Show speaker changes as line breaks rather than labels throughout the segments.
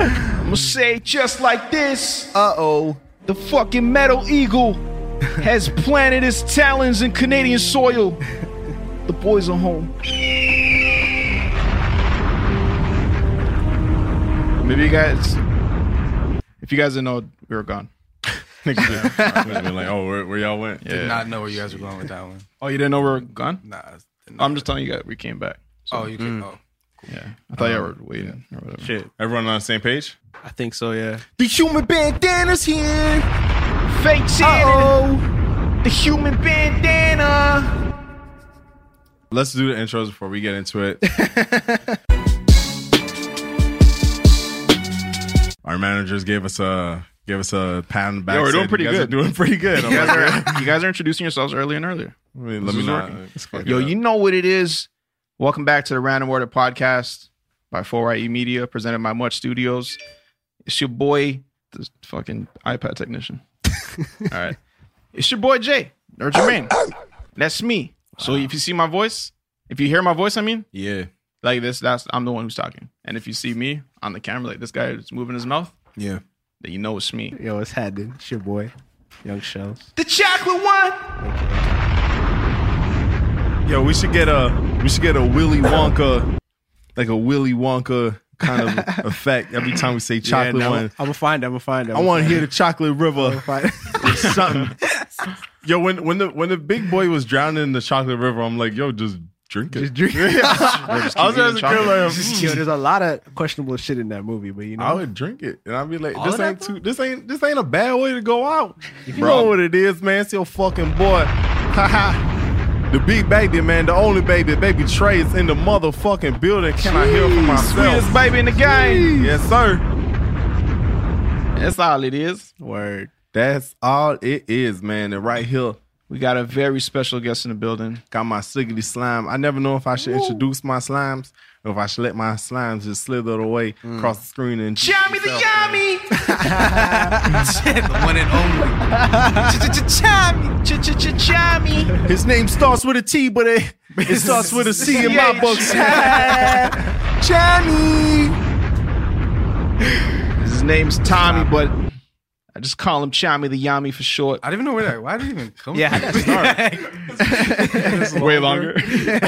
I'm gonna say it just like this. Uh oh. The fucking metal eagle has planted his talons in Canadian soil. The boys are home. Maybe you guys, if you guys didn't know, we were gone.
been like, oh, where, where y'all went?
Did not know where Oh, you guys were going with that one.
Oh, you didn't know we were gone?
Nah. did not.
I'm just telling you guys, we came back. So,
Oh, you can. Oh.
yeah. I thought y'all were waiting or whatever.
Shit.
Um, Everyone on the same page?
I think so, yeah.
The human bandana's here. Fake
Shannon.
oh. The human bandana.
Let's do the intros before we get into it. Our managers gave us a gave us a pan back.
Yeah, we're
said,
doing pretty
you guys
good.
Are doing pretty good. I'm
You guys,
like,
are, you guys are introducing yourselves earlier and earlier.
wait,
This
let me
is
not.
working.
let's fuck it
Yo,
up.
you know what it is. Welcome back to the Random Order Podcast by 4IE Media, presented by Much Studios. It's your boy, the fucking iPad technician. All right. It's your boy Jay, or Jermaine. That's me. So if you see my voice, if you hear my voice, I mean,
Yeah,
like this, that's I'm the one who's talking. And if you see me on the camera, like this guy is moving his mouth,
yeah.
then you know it's me.
Yo, it's happening. It's your boy, Young Shells.
The chocolate one.
Yo, we should get a we should get a Willy Wonka, like a Willy Wonka kind of effect every time we say chocolate one.
I'm gonna find it. I'm gonna find it.
I want to hear the chocolate river.
find
something. Yo, when when the when the big boy was drowning in the chocolate river, I'm like, yo, just drink it.
Just drink it.
I was
eating
at the crib
chocolate.
like,
Yo,
mm,
there's a lot of questionable shit in that movie, but you know,
I would drink it, and I'd be like,
of
this
that,
ain't
bro?
too, this ain't this ain't a bad way to go out. You
Bro.
know what it is, man. It's your fucking boy. Ha ha. The big baby, man, the only baby, baby Trey is in the motherfucking building. Can I hear from
Sweetest
myself?
baby in the game.
Yes, sir.
That's all it is.
word.
That's all it is, man. And right here,
We got a very special guest in the building.
Got my siggity slime. I never know if I should introduce my slimes or if I should let my slimes just slither away across the screen and
Yummy the yummy.
the one and only.
Chami. Chami.
His name starts with a T, but it, it starts with a C in my books.
Chami. His name's Tommy, but I just call him Chami the Yami for short.
I don't even know where that. Why did it even come?
Yeah,
from?
that's
Way longer.
yeah.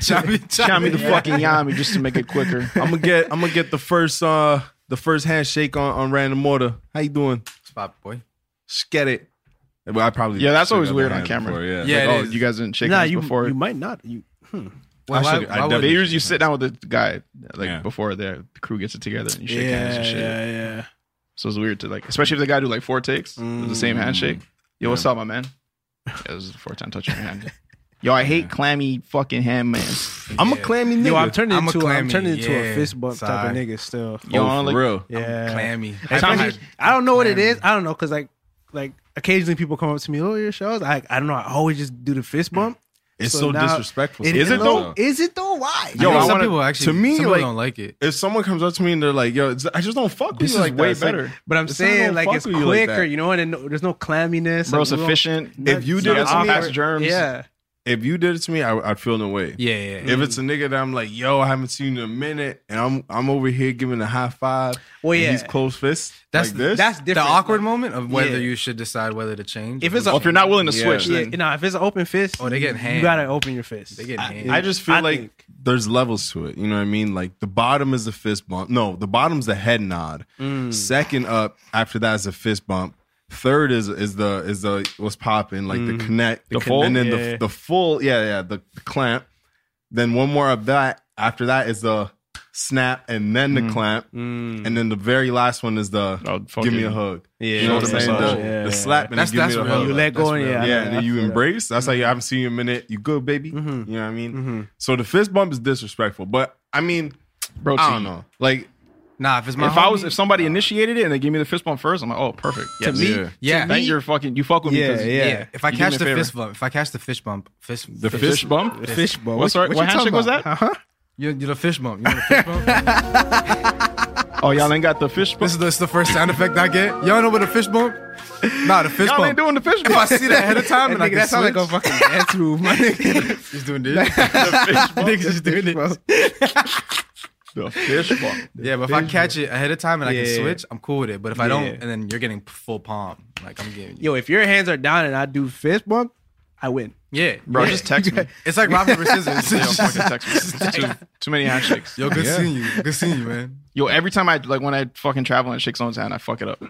Chami,
Chami the fucking Yami just to make it quicker.
I'm gonna get I'm gonna get the first uh the first handshake on, on random order. How you doing?
spot boy.
Just get it. Well, I probably
Yeah, that's
shook
always
other
weird on
hands
camera.
before, yeah,
Yeah,
Like,
it
oh,
is.
you guys didn't shake
nah,
hands
you
before.
you might not. You hmm.
Why-
I shook- I
why would-
they
definitely
usually
shook
sit down with the guy uh, like
Yeah.
before the crew gets it together and you shake
yeah,
hands and shit.
yeah, yeah.
So it's weird to like, especially if the guy do like four takes, with the
Mm.
same handshake. Yo, what's up, my man? Yeah, this is the fourth time touching your hand. Yo, I hate clammy fucking hand man.
hands. I'm a clammy nigga.
Yo, I'm turning
I'm a
into a, I'm
clammy,
turning into a
yeah.
fist bump type
Sorry.
of nigga still.
Yo,
oh,
I
for
don't like-
real.
Yeah,
Clammy.
Like,
Tommy-
I, I don't know what it is. I don't know because like like occasionally people come up to me, oh your shows. I I don't know. I always just do the fist bump.
It's
So
so,
now-
disrespectful.
Is it though?
Is it though? Why?
Yo,
Yo,
I
some
wanna-
people actually.
to me,
some people
like-
don't like it.
If someone comes up to me and they're like, "Yo, it's- I just don't fuck with
This
you
is
like that,"
way
it's like-
better.
But I'm
It's not
saying
gonna
like
fuck
it's
with you like
quicker,
that.
you know, and no, there's no clamminess.
Bro,
like, we don't-
sufficient.
If you
It's
did
not
it to me,
awkward.
pass germs.
yeah,
if you did it to me, I, I'd feel no way.
Yeah, yeah. yeah.
If it's a nigga that I'm like, yo, I haven't seen you in a minute, and I'm I'm over here giving a high five.
Well,
and
yeah.
he's close fist.
That's-
like this.
that's
the
different.
awkward moment of whether
Yeah.
you should decide whether to change.
If
or
it's
not.
Well, if you're not willing to
Yeah.
switch,
Yeah,
then
you know, if it's an open fist,
Oh, they getting
You
hand.
gotta open your fist.
They getting hand.
I just feel
I
like
think-
there's levels to it. You know what I mean? Like the bottom is the fist bump. No, the bottom's the head nod. Second up after that is a fist bump. Third is is the is the what's popping like the connect,
The full?
and then
Yeah.
the the full yeah yeah the clamp. Then one more of that. After that is the snap, and then the clamp, and then the very last one is the
Oh,
give me
fucking-
a hug.
Yeah,
you know what
that's
I'm saying?
massage.
The,
Yeah.
the slap and
That's-
then
that's
give me a
real.
hug.
You let go and yeah, I
Yeah,
know,
and
I
then you
feel Mm-hmm. that.
embrace. That's how you haven't seen you in a minute. You good, baby. You know what I mean?
Mm-hmm.
So the fist bump is disrespectful, but I mean,
Bro,
I
see,
don't know. Like,
Nah, if it's my
If I was,
homie-
if somebody initiated it and they gave me the fist bump first, I'm like, oh, perfect. Yes.
me-
yeah.
yeah,
I think you're fucking, you fuck with me.
Yeah,
'cause-
yeah.
If I
You do me
catch
a
the
favor.
fist bump, if I catch the fish bump, fist,
The
fish,
Fish bump?
Fish bowl.
What's our, what,
you
handshake
talking
was
about?
that?
Uh-huh.
You're, you're the fish bump. You know the fish bump?
Oh, y'all ain't got the fish bump.
this is the, this is the first sound effect I get. Y'all know what a fish bump? Nah, the fish
y'all ain't
bump.
doing the fish
if I
bump.
see that ahead of time, and I
Nigga,
can
that sounds like a
switch.
fucking dance move, my nigga.
He's doing this. Niggas just doing it.
the fish bump.
Yeah, but if I catch it ahead of time and I
Yeah.
can switch, I'm cool with it. But if I don't,
Yeah.
and then you're getting full palm, like I'm giving you.
Yo, if your hands are down and I do fist bump, I win.
Yeah,
Bro, just text me.
It's like rock paper scissors.
Yo, fucking text me. Too, too many handshakes.
Yo, good seeing you. Good seeing you, man.
Yo, every time I, like, when I fucking travel and shake someone's hand, I fuck it up.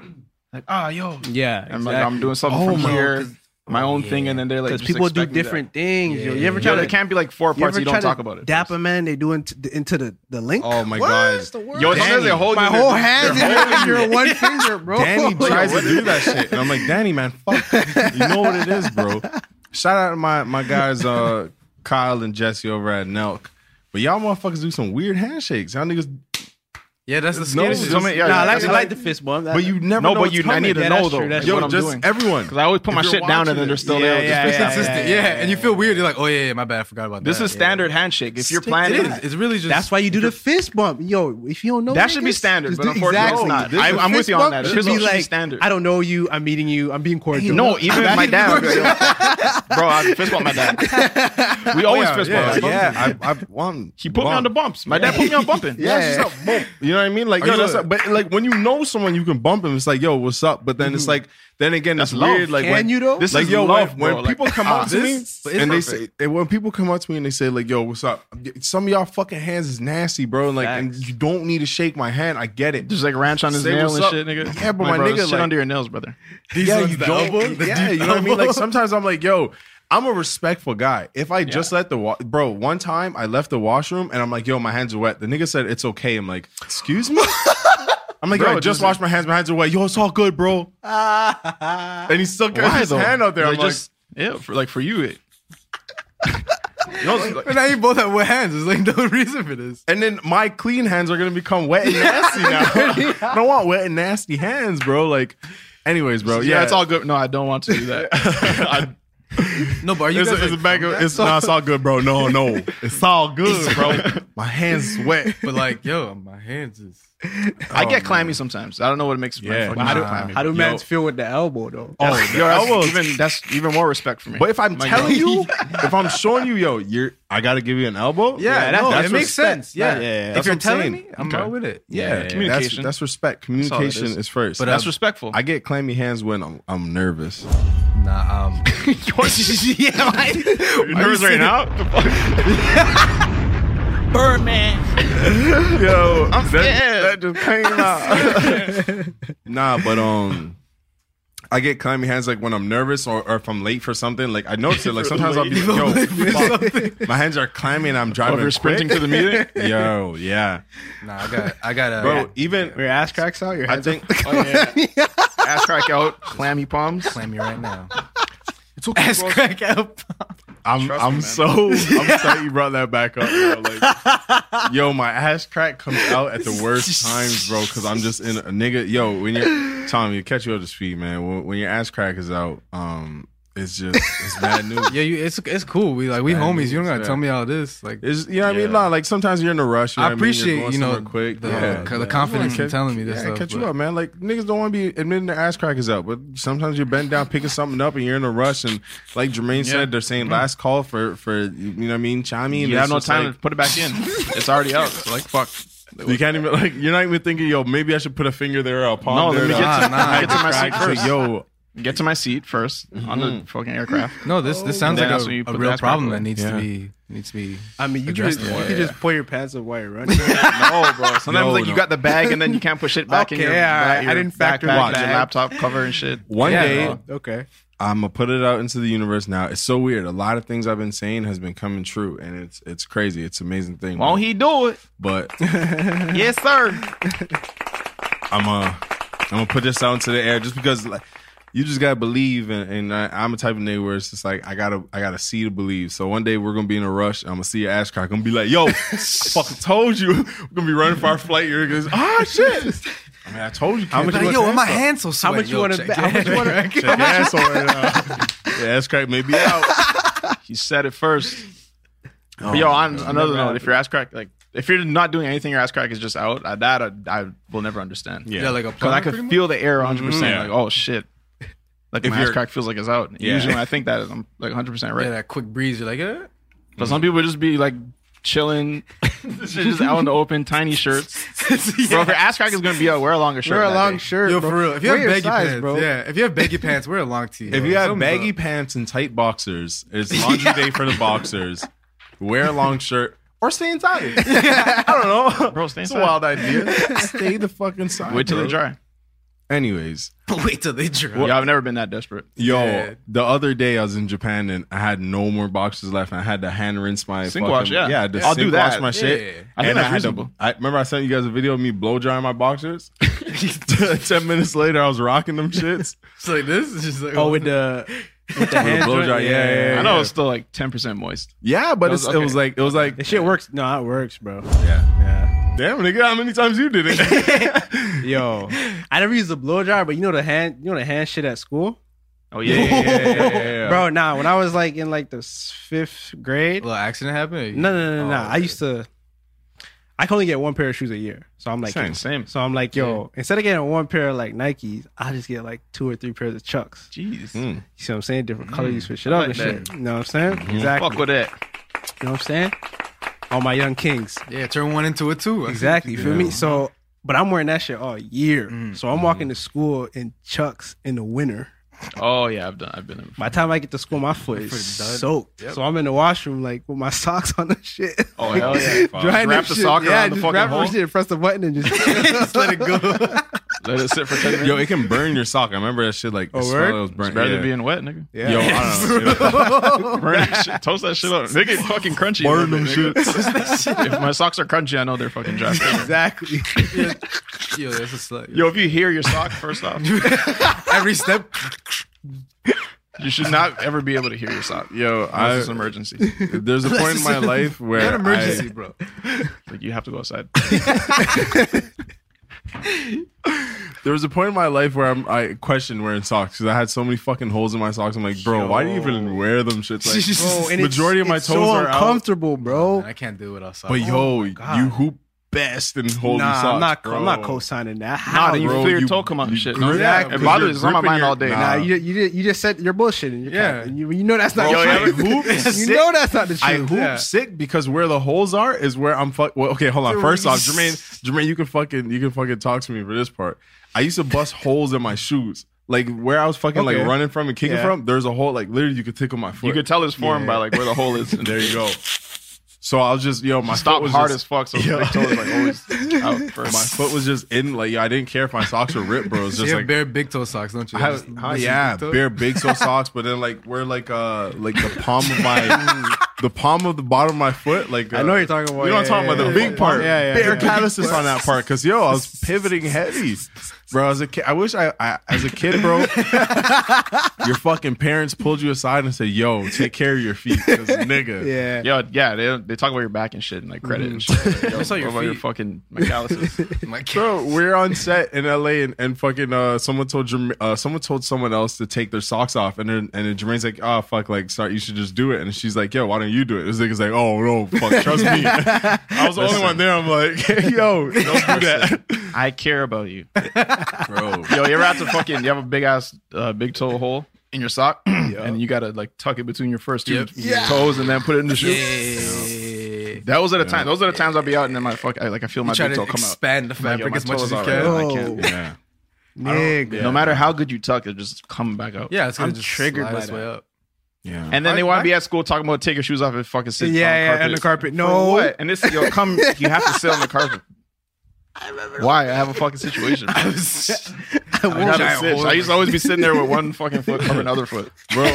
Yeah,
I'm like, I'm doing something from here, my own thing, and then they're like,
because
just
people do
expecting that.
different things. Yo,
Yeah.
you ever
Yo,
try
there
to
can't be like four
you
parts
ever
you
try
don't talk
to
about it.
dap a man? They do into the, into the the link.
oh my
What
god,
is the word?
Yo, sometimes they're holding
my
their-
whole
their
hand is your one finger, bro.
Danny tries to
Yo,
do that shit, and I'm like, Danny, man, fuck, you know what it is, bro. Shout out to my my guys, uh, Kyle and Jesse over at Nelk. But y'all motherfuckers do some weird handshakes. Y'all niggas,
Yeah, that's the
No,
scary.
it's
shit.
just-
Somebody- yeah,
Nah, I like,
it's
I like the fist bump. That-
but you never.
No,
know
but
what's
you, I
coming.
need to
Yeah,
know
that's
though.
true, that's
Yo,
Yo,
what I'm
just
doing.
everyone.
Because I always put my
If you're
shit down and
watching
then they're
it.
still
Yeah,
there.
yeah,
just
yeah,
consistent.
consistent. Yeah, and you feel weird. You're like, oh yeah, yeah, my bad. I forgot about
This
that.
is
Yeah.
standard handshake. If you're
Stick
planning,
It is. It's really just.
That's why you do the fist bump. Yo, if you don't know
That should be
niggas,
standard,
just
but
do-
unfortunately it's not.
This
I-
is-
I'm with
fist
you on
bump
that. It
Should
should
be
be
like
standard.
I don't know you. I'm meeting you. I'm being cordial.
No, even my dad. Bro, I fist bump my dad. We always fist bump.
yeah,
my dad.
yeah. I, I, one,
He put me on the bumps. My dad put me on bumping.
Yeah, it's just like, boom. You know what I mean? Like,
Are
yo,
you
that's
a-
like- but like when you know someone, you can bump them. It's like, yo, what's up? But then it's like, then again,
Mm-hmm. That's
it's
love.
weird. Like,
Can
when
you though?
This
like,
is
yo,
love,
when,
bro.
when people
Like,
come
ah,
up to me
this is
and they say,
perfect.
and when people come up to me and they say, like, yo, what's up? Some of y'all fucking hands is nasty, bro. Like, and
Facts.
you don't need to shake my hand. I get it.
Just like ranch on his
Say
nail
what's
and
up.
shit, nigga.
Yeah, but
Like,
my
bro,
nigga,
shit
like-
under your nails, brother.
These
yeah,
ones,
you
the
don't.
elbow, the
yeah,
deep
you know what I mean.
elbow.
Like sometimes I'm like, yo, I'm a respectful guy. If I just let the wa- bro, one time I left the washroom and I'm like, yo, my hands are wet. The nigga said it's okay. I'm like, excuse me. I'm like,
Bro,
yo, I just
just-
washed my hands. My hands are wet. Yo, it's all good, bro. and he stuck his hand out there. I'm
Like,
like,
just yeah, for, like for you, it. You know, it's like-
But now you both have wet hands. There's like no reason for this.
and then my clean hands are gonna become wet and nasty now. I don't want wet and nasty hands, bro. Like, anyways, bro.
Oh, yeah,
Yeah,
it's all good. No, I don't want to do that. I,
No, but are you
It's,
guys
it's a
like,
bag of, it's, no, it's all good, bro. No, no, it's all good, bro. My hands wet.
but like, yo, my hands is.
I get clammy sometimes. I don't know what makes my
Yeah.
fucking
How do-
clammy.
How do
Yo.
men feel with the elbow though?
Oh,
Yo, that's even that's even more respect for me.
But if I'm
My
telling
God.
you, if I'm showing you, yo, you're, I gotta give you an elbow.
Yeah, no, it makes
respect.
sense. Yeah.
That- yeah,
if
that's
you're
what I'm
telling
saying.
me, I'm
Okay.
out with it.
yeah,
communication.
That's, that's respect.
all it is.
Communication is. first.
But, uh,
that's
that's respectful.
I get clammy hands when I'm I'm nervous.
Nah, um,
yeah,
You're nervous right now,
Birdman.
yo. I'm
scared.
That, just came out. nah, but um. I get clammy hands like when I'm nervous or, or if I'm late for something. Like I notice it. Like sometimes I'll be like, yo, fuck, my hands are clammy and I'm driving.
if you're sprinting to the meeting.
the yo, yeah,
nah, I got, I got a.
bro. Even
Your ass cracks out. Your
I
hands.
think
oh,
Oh,
ass crack out, clammy palms.
Slam you right now.
it's okay, bro.
crack up.
I'm
Trust me,
I'm
man.
so I'm sorry you brought that back up. Bro. Like, yo, my ass crack comes out at the worst times, bro. Because I'm just in a nigga. Yo, when you Tommy, catch you up to speed, man. When, when your ass crack is out, um, it's just it's bad news.
Yeah, you, it's it's cool. We like we
Bad
homies.
news,
You don't gotta
yeah.
tell me all this. Like,
It's you know what I mean. Nah, like sometimes you're in a rush. You know
I
what mean? You're
appreciate
going
you know
somewhere quick.
the,
Yeah.
the confidence in telling me this.
Yeah,
stuff,
catch
but-
you up, man. Like niggas don't want to be admitting their ass crack is out, but sometimes you're bent down picking something up and you're in a rush. And like Jermaine said, they're saying last call for for you know what I mean, chiming. and
You have
it's
no
just
time
like-
to put it back in. It's already out. So like fuck.
You can't even like you're not even thinking, yo, maybe I should put a finger there or a palm.
No, let
there
me get
to-
to,
Nah, nah.
get to my seat
Crack, so,
first.
yo.
Get to my seat 1st on the fucking aircraft.
Mm-hmm. No, this this sounds
Then
like
that's when
a,
you
a
put the
real
ass crack
problem
away.
that needs
Yeah.
to be needs to be.
I mean, you could
Address
just,
the
you
wire.
could just pull your pants up while you're running.
No, bro. Sometimes
No,
like you
no.
got the bag and then you can't push it back in
Okay,
your,
yeah,
back-
I
your
didn't factor
backpack,
that.
your laptop cover and shit. Oh,
One
Yeah,
day,
bro.
okay.
I'm gonna put it out into the universe now. It's so weird. A lot of things I've been saying has been coming true, and it's it's crazy. It's an amazing thing.
won't he do it?
But
Yes, sir.
I'm uh I'm gonna put this out into the air just because like you just gotta believe and, and I, I'm a type of nigga where it's just like I gotta I gotta see to believe. So one day we're gonna be in a rush. I'm gonna see your ass crack. I'm gonna be like, yo, I fucking told you. We're gonna be running for our flight. You're gonna ah shit. I mean, I told you. How
Like, yo, why my hands so sweaty?
How much you
Yo,
want
check
to? How much you want to?
Check your ass on uh, right now. Your ass crack may be out.
He said it first.
Oh,
Oh,
But yo, on another note, if your ass crack, like if you're not doing anything, your ass crack is just out. I, that I, I will never understand.
Yeah.
Yeah, like a
because I
plumber.
could feel the air 100. percent
Mhm.
Like, oh shit. Like if my ass
you're-
crack feels like it's out.
Yeah.
Usually, when I think that I'm like 100 percent right.
Yeah, that quick breeze. You're like, eh.
But some people just be like chilling, just out in the open, tiny shirts. Bro, if your ass crack is gonna be out, wear a longer shirt.
Wear a
that
long
day.
shirt,
Yo,
bro.
for real. If you
Wear
have
your
baggy
size,
pants,
bro.
yeah. If you have baggy pants, wear a long tee.
If
bro.
you have
Something's
baggy
up.
pants and tight boxers, it's laundry day for the boxers. Wear a long shirt or stay inside. I don't know.
Bro, stay
It's a
inside.
wild idea. stay the fuck inside.
Wait till
bro.
they dry.
Anyways,
wait till they dry.
Yo, I've never been that desperate.
yo,
Yeah.
the other day I was in Japan and I had no more boxes left. And I had to hand rinse my
Sink wash, yeah.
yeah. I had to
I'll
sink
do that.
Wash my
Yeah.
I
shit.
think
and
that's
had to-
reasonable.
I remember I sent you guys a video of me blow drying my boxers. Ten minutes later, I was rocking them shits.
It's like this. It's just like,
Oh, with the with the
With a
hand
blow
joint?
dry, yeah, yeah, yeah.
I know it's still like 10% moist.
Yeah, but
was-
it's, it was
okay.
like it was like
That shit works. No, it works, bro.
yeah.
Yeah.
Damn nigga, how many times you did it?
Yo, I never used the blow dryer, but you know the hand, you know the hand shit at school,
Oh,
Yeah,
yeah.
yeah, yeah, yeah, yeah, yeah.
bro. Nah, when I was like in like the s- fifth grade,
little accident happened.
No, no, no, no. no.
Oh,
I used to. I can only get one pair of shoes a year, so I'm like,
Same,
same.
So I'm like, yo, instead of getting one pair of like Nikes, I just get like two or three pairs of Chucks.
Jeez.
Mm.
You see what I'm saying? Different colors you switch it up
like
and shit. You know what I'm saying?
Mm-hmm.
Exactly.
Fuck with it.
You know what I'm saying? All my young kings.
Yeah, turn one into a two. I see
Exactly. You
what
feel
you
me?
did.
So, but I'm wearing that shit all year.
Mm.
So I'm walking to
Mm-hmm.
school in Chucks in the winter.
Oh, yeah. I've done. I've been there before.
By the time I get to school, my foot is
foot is done.
soaked. So I'm in the washroom like with my socks on and shit.
Oh, hell yeah.
Drying
wrap
that
the
shit.
sock
yeah,
around the
just
fucking
wrap
hole.
that shit and press the button and just
Just let it go.
Let it sit for 10 minutes.
Yo, it can burn your sock. I remember that shit like
Oh,
the smell
word?
of those burnt.
it's better
yeah.
than being wet, nigga.
yeah. Yo, I don't know.
Burn that shit. Toast that shit up. They get fucking crunchy. a
Burn
little
them
bit,
shit.
nigga. if my socks are crunchy, I know they're fucking dry.
exactly.
Yeah. Yo, that's a slut.
Yo, if you hear your sock, first off,
Every step.
you should not ever be able to hear your sock.
Yo,
Unless
I,
it's an emergency.
there's a point in my life where
An emergency,
I,
bro.
Like, you have to go outside.
there was a point in my life where I'm, I questioned wearing socks because I had so many fucking holes in my socks. I'm like, bro, why do you even wear them? Shits like,
Bro, and
Majority of
it's,
my
it's
toes
so
are out.
uncomfortable, bro.
I can't do it outside.
but
Oh
yo,
God.
you hoop best in holding
Nah,
socks.
I'm not.
Bro.
I'm not co-signing that.
Nah,
How,
then you
bro,
bro?
feel your
you-
toe come out and
you
shit.
grip-
Yeah,
It
because
bothers.
you're
It's on my
gripping
mind
your-
all day.
Nah.
Nah, you, you did- you just said you're bullshitting. You're yeah,
Yeah.
you, you know that's not.
Bro, I
the truth.
hoop
You know that's not the truth.
I hoop
Yeah.
sick because where the holes are is where I'm fuck. Well, okay, hold on. First off, Jermaine, Jermaine, you can fucking you can fucking talk to me for this part. I used to bust holes in my shoes, like where I was fucking like
Okay.
running from and kicking
Yeah.
from. There's a hole, like literally, you could tickle my foot.
You could tell his form by like where the hole is.
there you go. So I was just yo, my foot
Stop
was
hard as
just,
fuck, so the
Yeah.
big toe is like always out first.
My foot was just in like yo, I didn't care if my socks were ripped, bro. It's
you
just
have
like
bare big toe socks, don't you?
I have-
Just
huh,
listen
yeah,
to toe.
bare big toe socks, but then like where like uh like the palm of my the palm of the bottom of my foot, like uh,
I know what you're talking about.
You know what I'm
Yeah,
talking about? The
yeah,
big
yeah.
part.
Yeah, yeah,
Bare
yeah.
calluses on that part. Cause yo, I was pivoting heavy. Bro, as a kid, I wish I, I as a kid, bro, your fucking parents pulled you aside and said, yo, take care of your feet. 'cause nigga.
Yeah.
Yo, yeah, they, they talk about your back and shit and like credit and shit. Like, yo,
I Mm. saw your
what about your
feet.
fucking my calluses.
My kid.
Bro, we're on set in LA and, and fucking uh, someone told Jerm- uh, someone told someone else to take their socks off and then and then Jermaine's like, oh fuck, like sorry, you should just do it. And she's like, yo, why don't you do it? This nigga's like, oh no, fuck, trust me. I was the only one there. I'm like, yo, don't do that,
I care about you.
bro.
Yo, you ever have to fucking you have a big ass uh, big toe hole in your sock and you gotta like tuck it between your first two
Yep.
toes and then put it in the shoe.
Yeah.
That was at a time. Those are the times I'll be out and then my fuck I, like I feel my
Try
big
to
toe come out.
expand the
Like, yo,
fabric
my
as much as
toes
you
are
can.
already-
Oh.
I can't.
Yeah.
nigga.
No matter how good you tuck, it just come back out.
Yeah, it's gonna
I'm
just
triggered
slide
by
its
that.
way up.
Yeah.
And then they
I-
want
I-
to be at school talking about take your shoes off and fucking sit
Yeah, yeah,
on, carpet.
on the carpet.
For
No.
what? And this yo come you have to sit on the carpet. Why? I have a fucking situation. I, gotta
I
sit.
hold-
I used to always be sitting there with one fucking foot over another foot.
bro.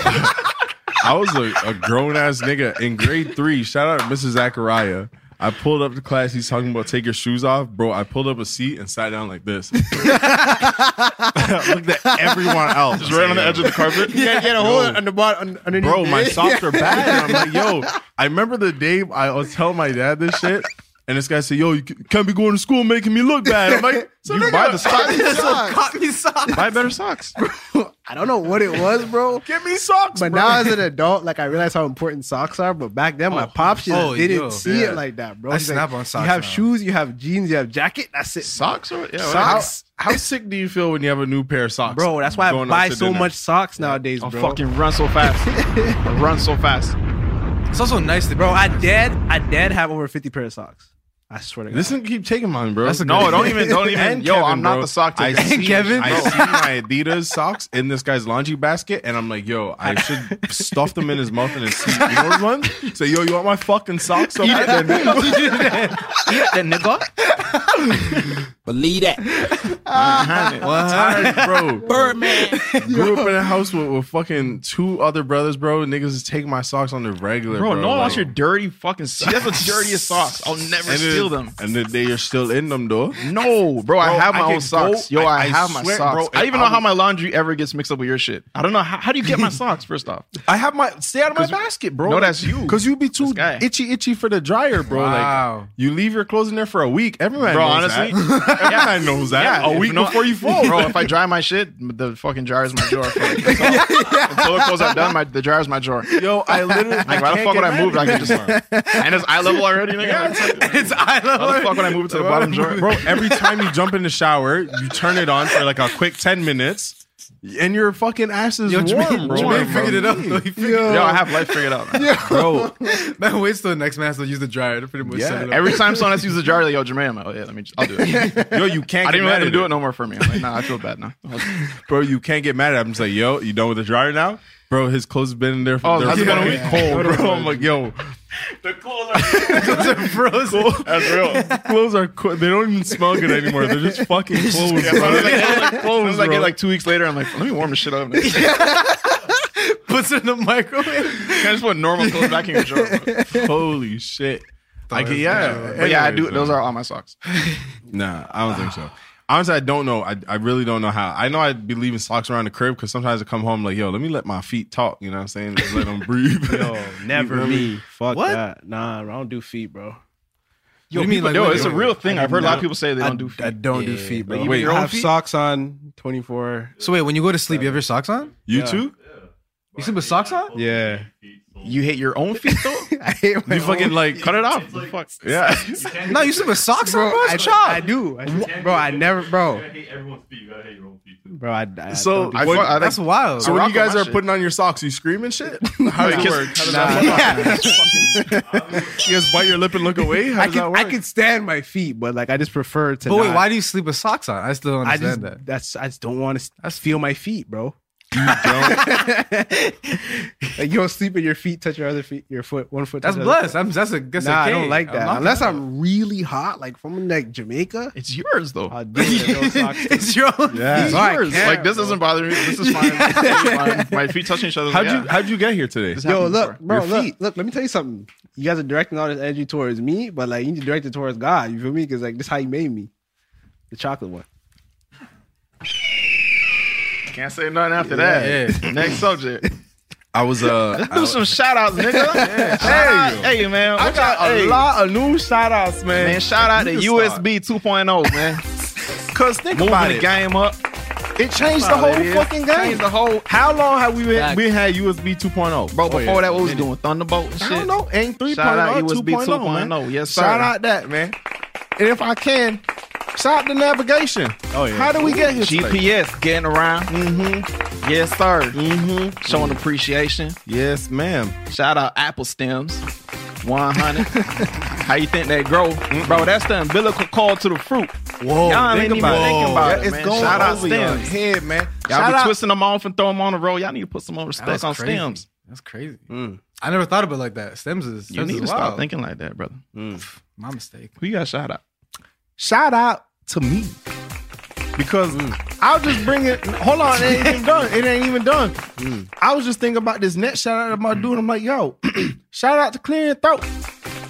I was a, a grown ass nigga in grade three. Shout out to Mrs. Zachariah. I pulled up to class. He's talking about take your shoes off, bro. I pulled up a seat and sat down like this. Looked at everyone else,
Just right on the edge of the carpet.
Yeah, yeah, the hole on the bottom, underneath.
bro, my
it.
socks are bad. And I'm like, yo, I remember the day I was telling my dad this shit, and this guy said, yo, you can't be going to school making me look bad. I'm like, so
You
nigga,
buy the socks.
Socks.
buy better socks.
I don't know what it was, bro.
get me socks,
But
bro.
now as an adult, like I realize how important socks are. But back then, my pops just
Oh,
didn't
yo.
see
Yeah.
it like that, bro.
I
He's like,
snap on socks
You have
now.
shoes, you have jeans, you have jacket. That's it,
Socks or yeah,
how,
Socks.
how sick do you feel when you have a new pair of socks?
bro. That's why I
going out
buy
to
so
dinner?
much socks nowadays,
I'll
bro.
fucking run so fast. I run so fast.
It's also nice to
bro, I dead, I dead have over fifty pair of socks. I swear to God.
Listen, keep taking mine, bro.
That's a
No,
good-
don't even, don't even.
And
yo,
Kevin,
I'm not
bro.
the sock
I
taker.
see,
Kevin?
I see my Adidas socks in this guy's laundry basket, and I'm like, yo, I should stuff them in his mouth and his seat. You know those ones? Say, yo, you want my fucking socks? Up there?
Believe that.
Tired, bro.
Birdman.
Grew up in a house with, with fucking two other brothers, bro. Niggas is taking my socks on the regular, bro.
Bro, no one wants your
like-
dirty fucking socks. That's the dirtiest socks. I'll never
and then-
steal them.
And then they are still in them, though.
No, bro, I
Bro,
have
I
my
can
own socks.
go-
Yo,
I-
I,
I
have my
swear,
socks.
bro,
I
if
even
I
know how
would-
my laundry ever gets mixed up with your shit. I don't know how, how do you get my socks first off.
I have my stay out of my basket, bro.
No, that's you.
Cause you be too
This guy.
itchy, itchy for the dryer, bro.
Wow.
Like you leave your clothes in there for a week. Everyone,
Bro,
knows
honestly,
that. everyone knows that. a
if
week
not-
before you fall,
bro.
bro.
If I dry my shit, the fucking jar is my drawer. for- Until it close, I'm done. My, the jar is my drawer.
Yo, I literally.
Like, why the fuck would I move? it? I can just and it's eye level already. Nigga.
It's I
Why the fuck would I move it to the bottom drawer?
Bro, every time you jump in the shower, you turn it on for like a quick ten minutes, and your fucking ass is
Yo,
warm,
Jermaine-
bro.
Jermaine
Warm, bro.
figured it out. though. He figured it
Yo,
out.
I have life figured out. Man.
bro.
Man waits till the next man has to use the dryer to pretty much
Yeah,
set it up.
Every time someone else uses a jar, like, yo, Jermaine, I'm like, oh yeah, let me, just, I'll do it.
Yo, you can't.
I
get
didn't
mad
let him
at
do it no more for me. I'm like, nah, I feel bad now.
bro. You can't get mad at. Him. I'm just like, yo, you done with the dryer now, bro? His clothes have been in there for
Oh,
they're
that's been a
fucking
week.
cold, bro. I'm like, yo,
frozen.
That's real. clothes are co- they don't even smell good anymore. They're just fucking clothes.
Yeah,
bro.
bro, like, like,
Clothes,
like,
bro.
like two weeks later, I'm like, let me warm this shit up. Can
Puts it in the microwave.
I just put normal clothes back in your drawer? bro?
holy shit. Like yeah,
But yeah, I do.
anyways,
Those
man.
are all my socks.
nah. I don't think so. Honestly, I don't know. I, I really don't know how. I know I'd be leaving socks around the crib because sometimes I come home like, yo, let me let my feet talk. You know what I'm saying? Just let them breathe. yo,
Never me. Fuck that. Nah, I don't do feet, bro.
Yo, you mean like
Yo,
wait,
it's a
wait,
real
wait.
thing. I've heard a lot of people say they
I
don't do
I
feet.
don't do feet, bro.
but even your
I
own
have
feet?
socks on 24.
So wait, when you go to sleep, you have your socks on?
You too?
You sleep with socks on?
Yeah.
You hate your own feet though.
I hate my
You fucking
own-
like
Cut it off. The fuck?
Yeah.
No, you sleep with socks
bro.
on, bro.
I,
It's child.
I do. I do. Bro, I never, bro.
hate everyone's feet. You gotta hate your own feet. Too.
Bro, I, I
So
don't do-
I,
What-
fuck- I
That's
like,
wild.
So
I
when you
rock
guys
on my
are
shit.
putting on your socks, you screaming shit? How
Wait,
does it
kiss-
work? How does
Nah.
that work? You guys bite your lip and look away? How
I
does that
can
work?
I can stand my feet, but like I just prefer to.
But wait,
not-
why do you sleep with socks on? I still don't
I
understand
just
that.
that's I just don't want to I feel my feet, bro. like you don't sleep and your feet touch your other feet, your foot, one foot.
That's
touch the other
blessed. I'm, that's a that's
foot. Nah,
a
I
king.
don't like that
knocking
unless
it out.
I'm really hot, like from like Jamaica.
it's yours though.
I'll do it with no socks.
it's your own.
Yeah.
It's
No, I
yours.
can't,
Like this
bro.
doesn't bother me. This is fine. This is fine. My feet touching each other.
How'd
yeah.
you how'd you get here today?
This
Yo,
happened
look,
before.
bro,
Your
look,
feet.
look. Let me tell you something. You guys are directing all this energy towards me, but like you need to direct it towards God. You feel me? Because like this how you made me, the chocolate one.
Can't say nothing after that. Next subject.
I was uh
Do some shout outs, nigga. hey, hey, man.
I
What y'all-
got a
hey.
lot of new shout outs, man.
Man, shout out to
You can start.
USB 2.0, oh, man.
Cause think
Moving
about
the
it.
game up.
It changed the whole fucking game.
Changed the whole.
How long have we been
Back.
we had USB 2.0?
Bro, before that, what was doing? Thunderbolt and shit.
Oh, I don't know. Ain't 3.0,
Shout out USB
2.0, oh, man.
2.0. oh. Yes, sir.
Shout out that, man. And if I can, shout out the navigation.
Oh, yeah.
How do we get here? today?
GPS getting around. Mm-hmm. Yes, sir. Mm-hmm. Showing appreciation.
Yes, ma'am.
Shout out Apple Stems. 100. How you think they grow? Bro, that's the umbilical cord to the fruit.
Whoa,
Y'all ain't even thinking about it,
It's
man.
going
Shout out
over your
stems.
head, man.
Y'all
Shout
be
out-
twisting them off and throw them on the road. Y'all need to put some more respect
was
on
crazy.
stems.
That's crazy.
Mm.
I never thought of it like that. Stems is
You
stems
need
is
to stop
wild.
thinking like that, brother.
Mm. My mistake.
Who you got shout out?
Shout out to me because I'll just bring it. Hold on, it ain't even done. It ain't even done.
Mm.
I was just thinking about this next shout out I'm about doing. I'm like, yo, shout out to Clearing Throat.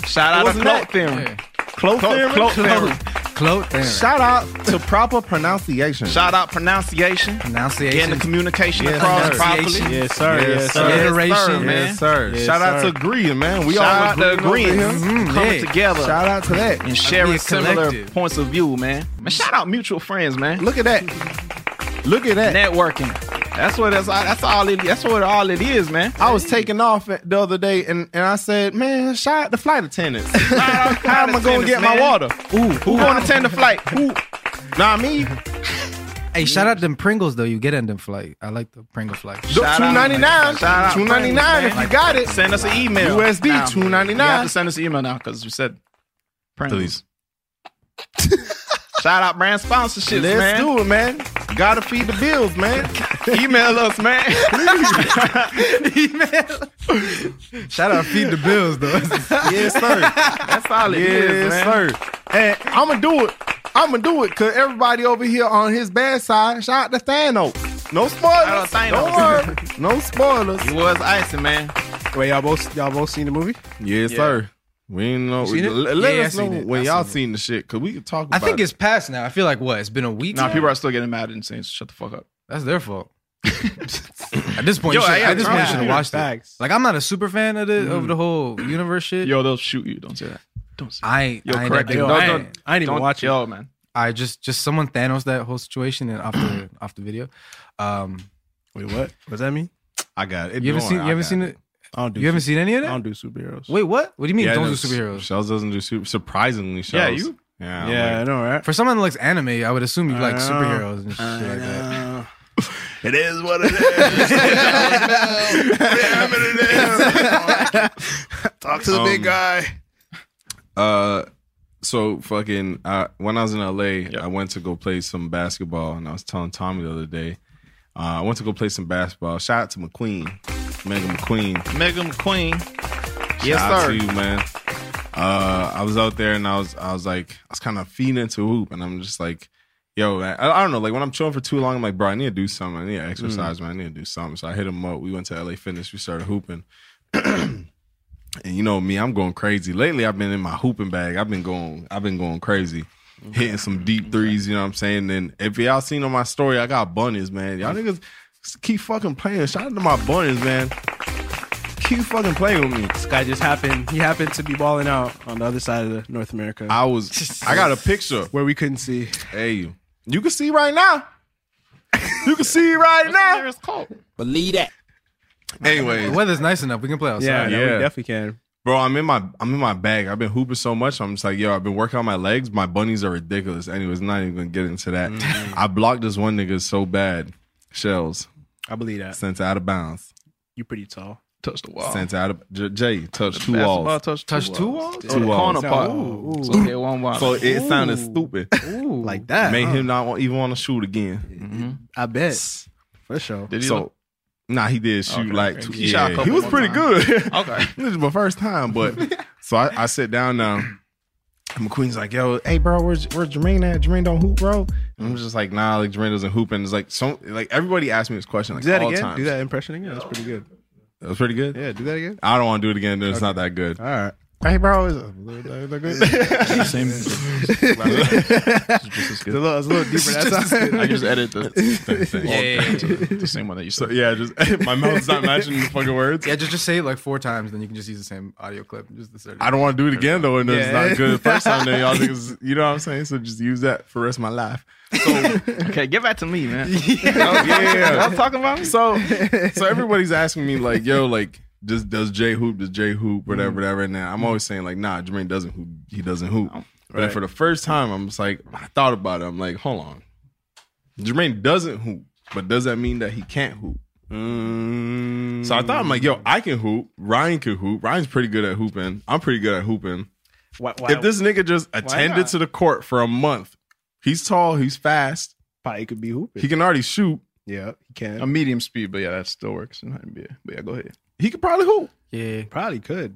Shout out to
Wasn't
Cloak
that-
Theorem.
Clo- Clo-
Cloak
Clo-
Theorem.
Clote and
Shout out to proper pronunciation.
Shout out pronunciation. Getting the
pronunciation.
communication across properly.
pronunciation.
Yes, sir. Yes, sir.
Yes, sir.
Alliteration.
Yes, sir, man.
Yes, sir.
Yes,
Shout out
sir.
to agreeing, man. We all
Shout out to Mm-hmm. agreeing,
over
coming
yeah.
together
here. Mm-hmm. Shout out to that.
and sharing
a
similar
collective.
points of view, man. Man, shout out mutual friends, man.
Look at that. Look at that.
Networking. That's what that's, that's all it that's what all it is, man.
I was taking off the other day and, and I said, man, shout out to flight attendants. How am I going to get my water?
Ooh,
Who going to attend the flight? Who?
Nah, me.
Hey, shout out them Pringles though. You get in them flight. I like the Pringle flight.
Two ninety nine.
Shout out.
Two ninety nine. If you got it,
Send us an email.
USD
Now,
$2.99.
You have to send us an email now because we said Pringles.
Please.
Shout out brand sponsorships,
let's
man.
do it, man. Gotta feed the bills, man.
Email us, man.
Shout out feed the bills though.
yes, sir.
That's all it is,
Yes,
man.
sir. And I'm gonna do it. I'm gonna do it because everybody over here on his bad side. Shout out to Thanos. No spoilers.
Shout out Thanos.
Don't worry. No spoilers.
He was icing, man.
Wait, y'all both y'all both seen the movie?
Yes, sir. We ain't know.
seen it?
Let, let
Yeah, I
us know
seen it.
when
I
y'all
seen it.
seen the shit because we can talk.
I
About
think
it.
it's past now. I feel like what? It's been a week.
Nah,
now?
people are still getting mad and saying, "Shut the fuck up."
That's their fault. at this point,
Yo,
you should,
yeah,
at this
bro.
point, you should have
Yeah,
watched it.
facts.
Like, I'm not a super fan of the of the whole universe shit.
Mm. Yo, they'll shoot you. Don't say that. Don't say.
I ain't.
Yo,
I ain't
correct
that big
it.
of a
No,
fan.
don't-
I didn't
Don't
even watch it.
yo, man.
I just just someone Thanos that whole situation and off the off the video. Um,
Wait, what? What does that mean?
I got it.
you haven't seen you haven't seen it.
I don't do.
You haven't seen any of
I
that.
don't do superheroes.
Wait, what? What do you mean?
Yeah,
don't
no,
do superheroes.
Shells doesn't do super. Surprisingly, Shells.
Yeah, you-
Yeah,
yeah, I
like,
know, right?
For someone that likes anime, I would assume you like
I know.
superheroes and shit like that.
Uh,
it is what it is. Damn it, it is. Talk to the big guy. Uh, so fucking. I, when I was in LA, I went to go play some basketball, and I was telling Tommy the other day. Uh, I went to go play some basketball. Shout out to McQueen, Megan McQueen.
Megan McQueen. Yes,
Shout out
sir.
to you, man. Uh, I was out there and I was, I was like, I was kind of feeding into hoop, and I'm just like, yo, man, I, I don't know. Like when I'm chilling for too long, I'm like, bro, I need to do something. I need
Mm.
to exercise, man. I need to do something. So I hit him up. We went to LA Fitness. We started hooping. and you know me, I'm going crazy. Lately, I've been in my hooping bag. I've been going, I've been going crazy. Hitting some deep threes, you know what I'm saying? And if y'all seen on my story, I got bunnies, man. Y'all niggas keep fucking playing. Shout out to my bunnies, man. Keep fucking playing with me.
this guy just happened. He happened to be balling out on the other side of the North America,
I was. I got a picture.
where we couldn't see.
Hey, you. You can see right now. You can see right now.
Believe that.
The
Anyways,
weather's nice enough. We can play outside.
Yeah,
yeah.
yeah, we definitely can.
bro, I'm in my I'm in my bag. I've been hooping so much. I'm just like, yo, I've been working on my legs. My bunnies are ridiculous. Anyways, I'm not even gonna get into that.
Mm-hmm.
I blocked this one nigga so bad. Shells
I believe that.
sent out of bounds.
You pretty tall.
Touch the wall.
Sent out of J- Jay touched two
Basketball
walls.
Touch,
Touch two walls?
Two
Two
walls.
walls.
Corner part.
Ooh, ooh.
So they one wall.
So it sounded stupid.
Ooh.
Like that.
Made
huh?
him not want, even want to shoot again.
Mm-hmm. I bet. For sure.
Mm-hmm. Did he
so.
look-
Nah, he did shoot
Okay,
like
okay.
two.
He shot a
yeah,
couple
he was
more
pretty
times.
good.
Okay.
This is my first time, but so I, I sit down now. And McQueen's like, yo, hey bro, where's where's Jermaine at? Jermaine don't hoop, bro. And I'm just like, nah, like Jermaine doesn't hoop. And it's like so like everybody asked me this question like
Do that
all
again.
times.
Do that impression again. That's pretty good.
That was pretty good.
Yeah, do that again.
I don't want to do it again. It's not that good.
All right.
Hey bro, is it-
Same.
It's a little, it's a little deeper. That's all.
I just edit the,
Yeah, yeah, yeah.
the same one that you said.
so yeah, just my mouth's not matching the fucking words.
Yeah, just just say it like four times, then you can just use the same audio clip. Just the
I don't want to do it again though, and it's
Yeah.
not good the first time. Then y'all niggas, you know what I'm saying? So just use that for the rest of my life.
Okay, give that to me, man.
Oh, yeah.
I'm talking about me.
so so everybody's asking me like, yo, like, does does Jay hoop? Does Jay hoop? Whatever,
Mm-hmm.
whatever. And now I'm always saying like, nah, Jermaine doesn't hoop. He doesn't hoop.
Oh,
But then for the first time, I'm just like, I thought about it. I'm like, hold on, Jermaine doesn't hoop, but does that mean that he can't hoop?
Mm.
So I thought I'm like, yo, I can hoop. Ryan can hoop. Ryan's pretty good at hooping. I'm pretty good at hooping.
Why, why,
If this nigga just attended
not?
to the court for a month, he's tall, he's fast,
probably could be hooping.
he can already shoot.
yeah, he
A
can.
medium speed, but yeah, that still works in NBA. But yeah, go ahead.
He could probably hoop.
Yeah.
Probably could.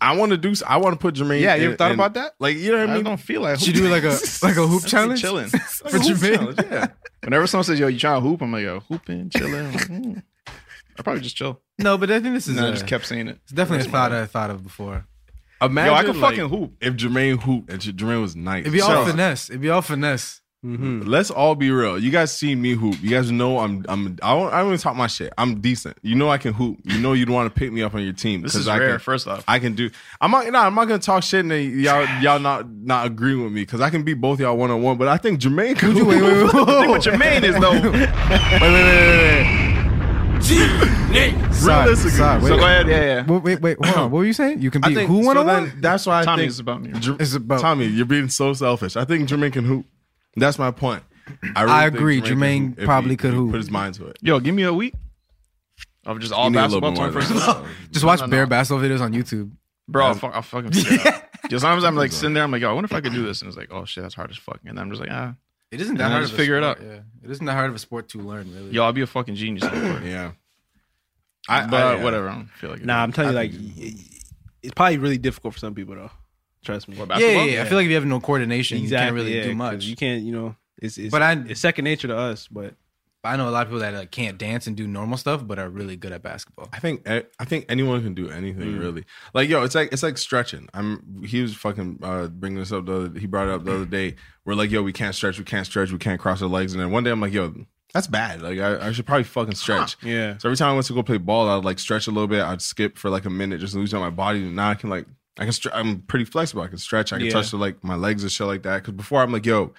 I want to do. I want to put Jermaine.
Yeah, you ever
in-
thought
in-
about that?
Like you know what I
I
mean?
don't feel like
Should you do like a like a hoop challenge?
chilling.
Like
for
a hoop
Jermaine?
challenge, Yeah.
Whenever someone says, "Yo, you trying to hoop?" I'm like, "Yo, hooping, chilling." Mm. I probably just chill.
No, but I think this is
And I
a-
just kept saying it.
it's definitely a thought I thought of before.
Imagine
Yo, I could
like,
fucking hoop.
if Jermaine hooped and J- Jermaine was nice.
It'd be all
So,
finesse. It'd be all finesse.
Mm-hmm.
Let's all be real. You guys seen me hoop. You guys know I'm I'm I don't, I don't even talk my shit. I'm decent. You know I can hoop. You know you'd want to pick me up on your team.
This
'cause
is
I
rare.
Can,
first off,
I can do. I'm not. Nah, I'm not gonna talk shit and then y'all y'all not not agree with me because I can beat both y'all one on one. But I think Jermaine could. Wait, wait, wait, wait,
what Jermaine is though.
wait, wait, wait. Realistically,
Sorry,
so
wait.
go ahead. Yeah, yeah.
Wait, wait, wait, hold on. What were you saying? You can
I
beat
think
who one
so
on one?
then That's why I
Tommy
think
is about me.
Jer-
It's about-
Tommy. You're being so selfish. I think Jermaine can hoop. That's my point. really
I
think
agree.
can
Jermaine
hoop if
probably
he-
could
if he
hoop.
Put his mind to it.
Yo, give me a week of just all
You need a little
basketball
bit more
21st
than that.
century.
Just watch bare basketball videos on YouTube.
Bro, I'll, fuck, I'll fucking figure it out. Just sometimes I'm like sitting there, I'm like, yo, I wonder if I could do this. And it's like, oh shit, that's hard as fuck. And I'm just like, ah,
It isn't
that And hard just of a figure it sport, out.
Yeah. It isn't that hard of a sport to learn, really.
yo, I'll be a fucking genius. but
Yeah. I, I, yeah.
whatever, I don't feel like it.
Nah, I'm telling you, like, it's probably really difficult for some people though. Trust me.
What,
yeah, yeah,
basketball?
yeah. I feel like if you have no coordination, you can't really
yeah,
do
'cause
much.
You can't, you know. It's, it's
But I-
it's second nature to us. But
I know a lot of people that like can't dance and do normal stuff, but are really good at basketball.
I think eh, I think anyone can do anything
Mm.
really. Like yo, it's like it's like stretching. I'm he was fucking uh, bringing this up the other, he brought it up the other day. We're like yo, we can't stretch, we can't stretch, we can't cross our legs. And then one day I'm like yo, that's bad. Like I, I should probably fucking stretch.
yeah,
So every time I went to go play ball, I'd like stretch a little bit. I'd skip for like a minute, just loosen up my body. And now I can like I can stre- I'm pretty flexible. I can stretch. I can
Yeah.
touch the, like my legs and shit like that. Because before I'm like yo,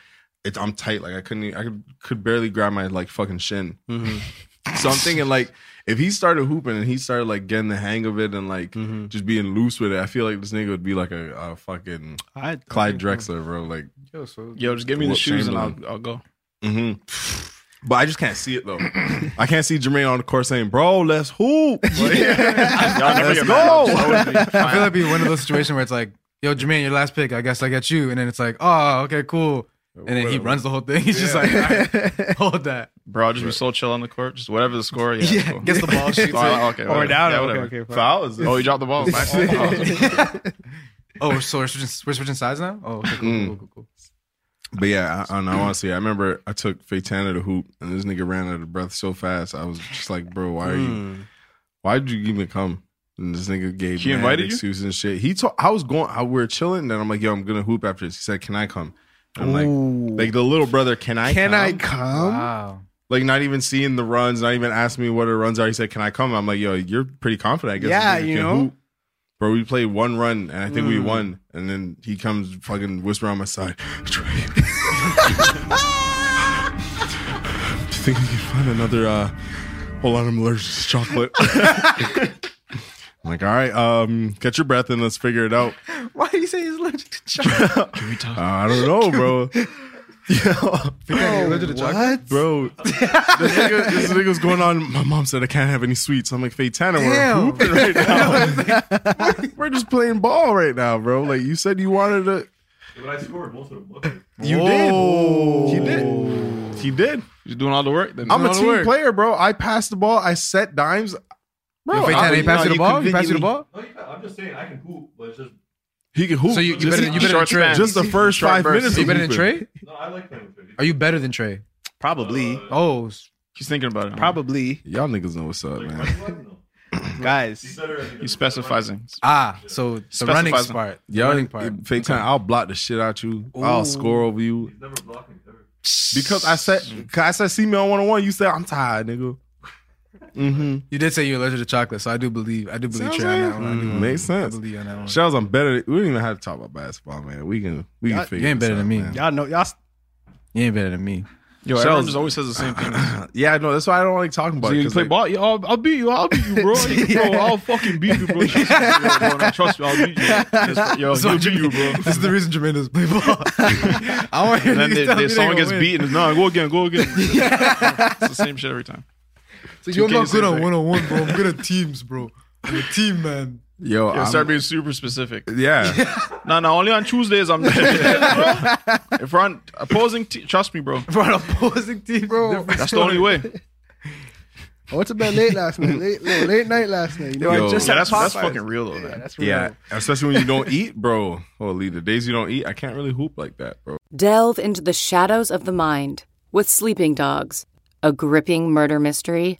it's I'm tight. Like I couldn't e- I could could barely grab my like fucking shin.
Mm-hmm.
So I'm thinking like if he started hooping and he started like getting the hang of it and like
Mm-hmm.
just being loose with it, I feel like this nigga would be like a, a fucking
I
Clyde Drexler, bro. Like,
yo, just give me the
Wilt
shoes and I'll,
Chamberlain.
I'll go.
hmm but I just can't see it though. I can't see Jermaine on the court saying, "Bro, let's hoop."
Y'all never
Let's
get mad.
go.
I'll always be
I feel
fine.
like it'd be one of those situations where it's like, yo, Jermaine, your last pick, I guess I got you. And then it's like, oh, okay, cool. And then he runs the whole thing. He's just like, all right, hold that.
Bro, I'll just be so chill on the court. Just whatever the score. Yeah,
Yeah,
cool.
gets the ball, shoots
Oh,
it.
okay,
or
whatever.
down.
Yeah,
okay,
whatever.
okay, fine.
fouls.
Oh, you dropped the ball.
Oh, so we're switching, we're switching sides now? Oh, okay, cool,
Mm.
cool, cool, cool.
But yeah, I, I don't know. I want to see. it. I remember I took Faitana to hoop, and this nigga ran out of breath so fast. I was just like, "Bro, why are you? Why did you even come?" And this nigga gave
Hmm. He
me
invited you?
excuses and shit. He told I was going. I, we were chilling, and then I'm like, "Yo, I'm gonna hoop after this." He said, "Can I come?" And I'm
Ooh.
like, like the little brother, can I?
Can
come?
I
come?
Wow.
Like not even seeing the runs, not even asking me what the runs are. He said, "Can I come?" I'm like, "Yo, you're pretty confident." I guess
Yeah,
this nigga
you
can
know?
Bro, we played one run, and I think we
Mm.
won. And then he comes, fucking whisper on my side. Trey, do you think we can find another? uh Hold on, I'm allergic to chocolate. I'm like, all right, um, get your breath and let's figure it out.
Why do you say he's allergic to chocolate?
Uh, I don't know, bro. Yo.
what?
Bro, this, nigga, this nigga's going on. My mom said I can't have any sweets. I'm like, Faye Tanner, we're
Damn.
hooping right now. we're, we're just playing ball right now, bro. Like you said, you wanted to.
But I scored most of them.
You did. You did. He did.
You're doing all the work. Then
I'm a
all the
team
work.
player, bro. I passed the ball. I set dimes.
Yo,
I-
Faitana, you pass you
no,
the ball? You pass you the
conveniently-
ball?
No, you- I'm just saying I can hoop, but it's just
He can hoop.
So you- you
just,
better- you better
short
than Trey.
span. Just the first
Short
five
burst.
minutes.
Are you
of
better than
hooping.
Trey?
no. I like Uh, playing with
Are you better than Trey?
Probably,
Oh, s-
He's thinking about it. Probably.
probably,
Y'all niggas know what's up, man.
Mhm.
guys.
He specifies things.
ah, so the running
Specifies-
part. The
Y'all,
running
it-
part.
fake time. I'll block the shit out you. I'll score over you.
He's never blocking ever.
Because I said, cause I said, see me on one on one. You said I'm tired, nigga. Mm-hmm.
You did say you're allergic to chocolate, so I do believe I do believe
See
Trey
what I'm
on that one.
saying?
I do
Mm,
believe-
makes sense.
I believe you on that one.
Shells, I'm better. Than, we don't even have to talk about basketball, man. We can, we can
Y'all-
figure.
you ain't
this
better
out,
than me.
man.
Y'all know y'all.
You ain't better than me.
Yo, everyone just always says the same thing.
Yeah, I know. That's why I don't like talking about.
So
it,
you
'cause,
play
like,
ball? Yeah, I'll, I'll beat you. I'll beat you, bro. You- bro I'll fucking beat you, bro. Yo, bro, no, trust me, I'll beat you. Just- Yo,
So
I'll beat you, bro.
This is the reason Jermaine doesn't play ball. I want
And then they, they, someone gets beaten. it's, No, go again, go again. It's the same shit every time.
You're
Two
not
Ks
good
is
on
like-
one on one, bro. I'm good at teams, bro. I'm a team man.
Yo,
Yeah,
I'm-
start being super specific.
yeah.
No, no, only on Tuesdays I'm there. bro. If we're on opposing, te- trust me, bro.
Bro, an opposing team, bro.
That's the only way.
I went to bed late last night. Late, no, late night last night. You know,
Yo,
I just
yeah,
had
that's that's
Popeyes.
fucking real though. Man.
Yeah, that's real.
Yeah, especially when you don't eat, bro. Holy, the days you don't eat, I can't really hoop like that, bro.
Delve into the shadows of the mind with Sleeping Dogs, a gripping murder mystery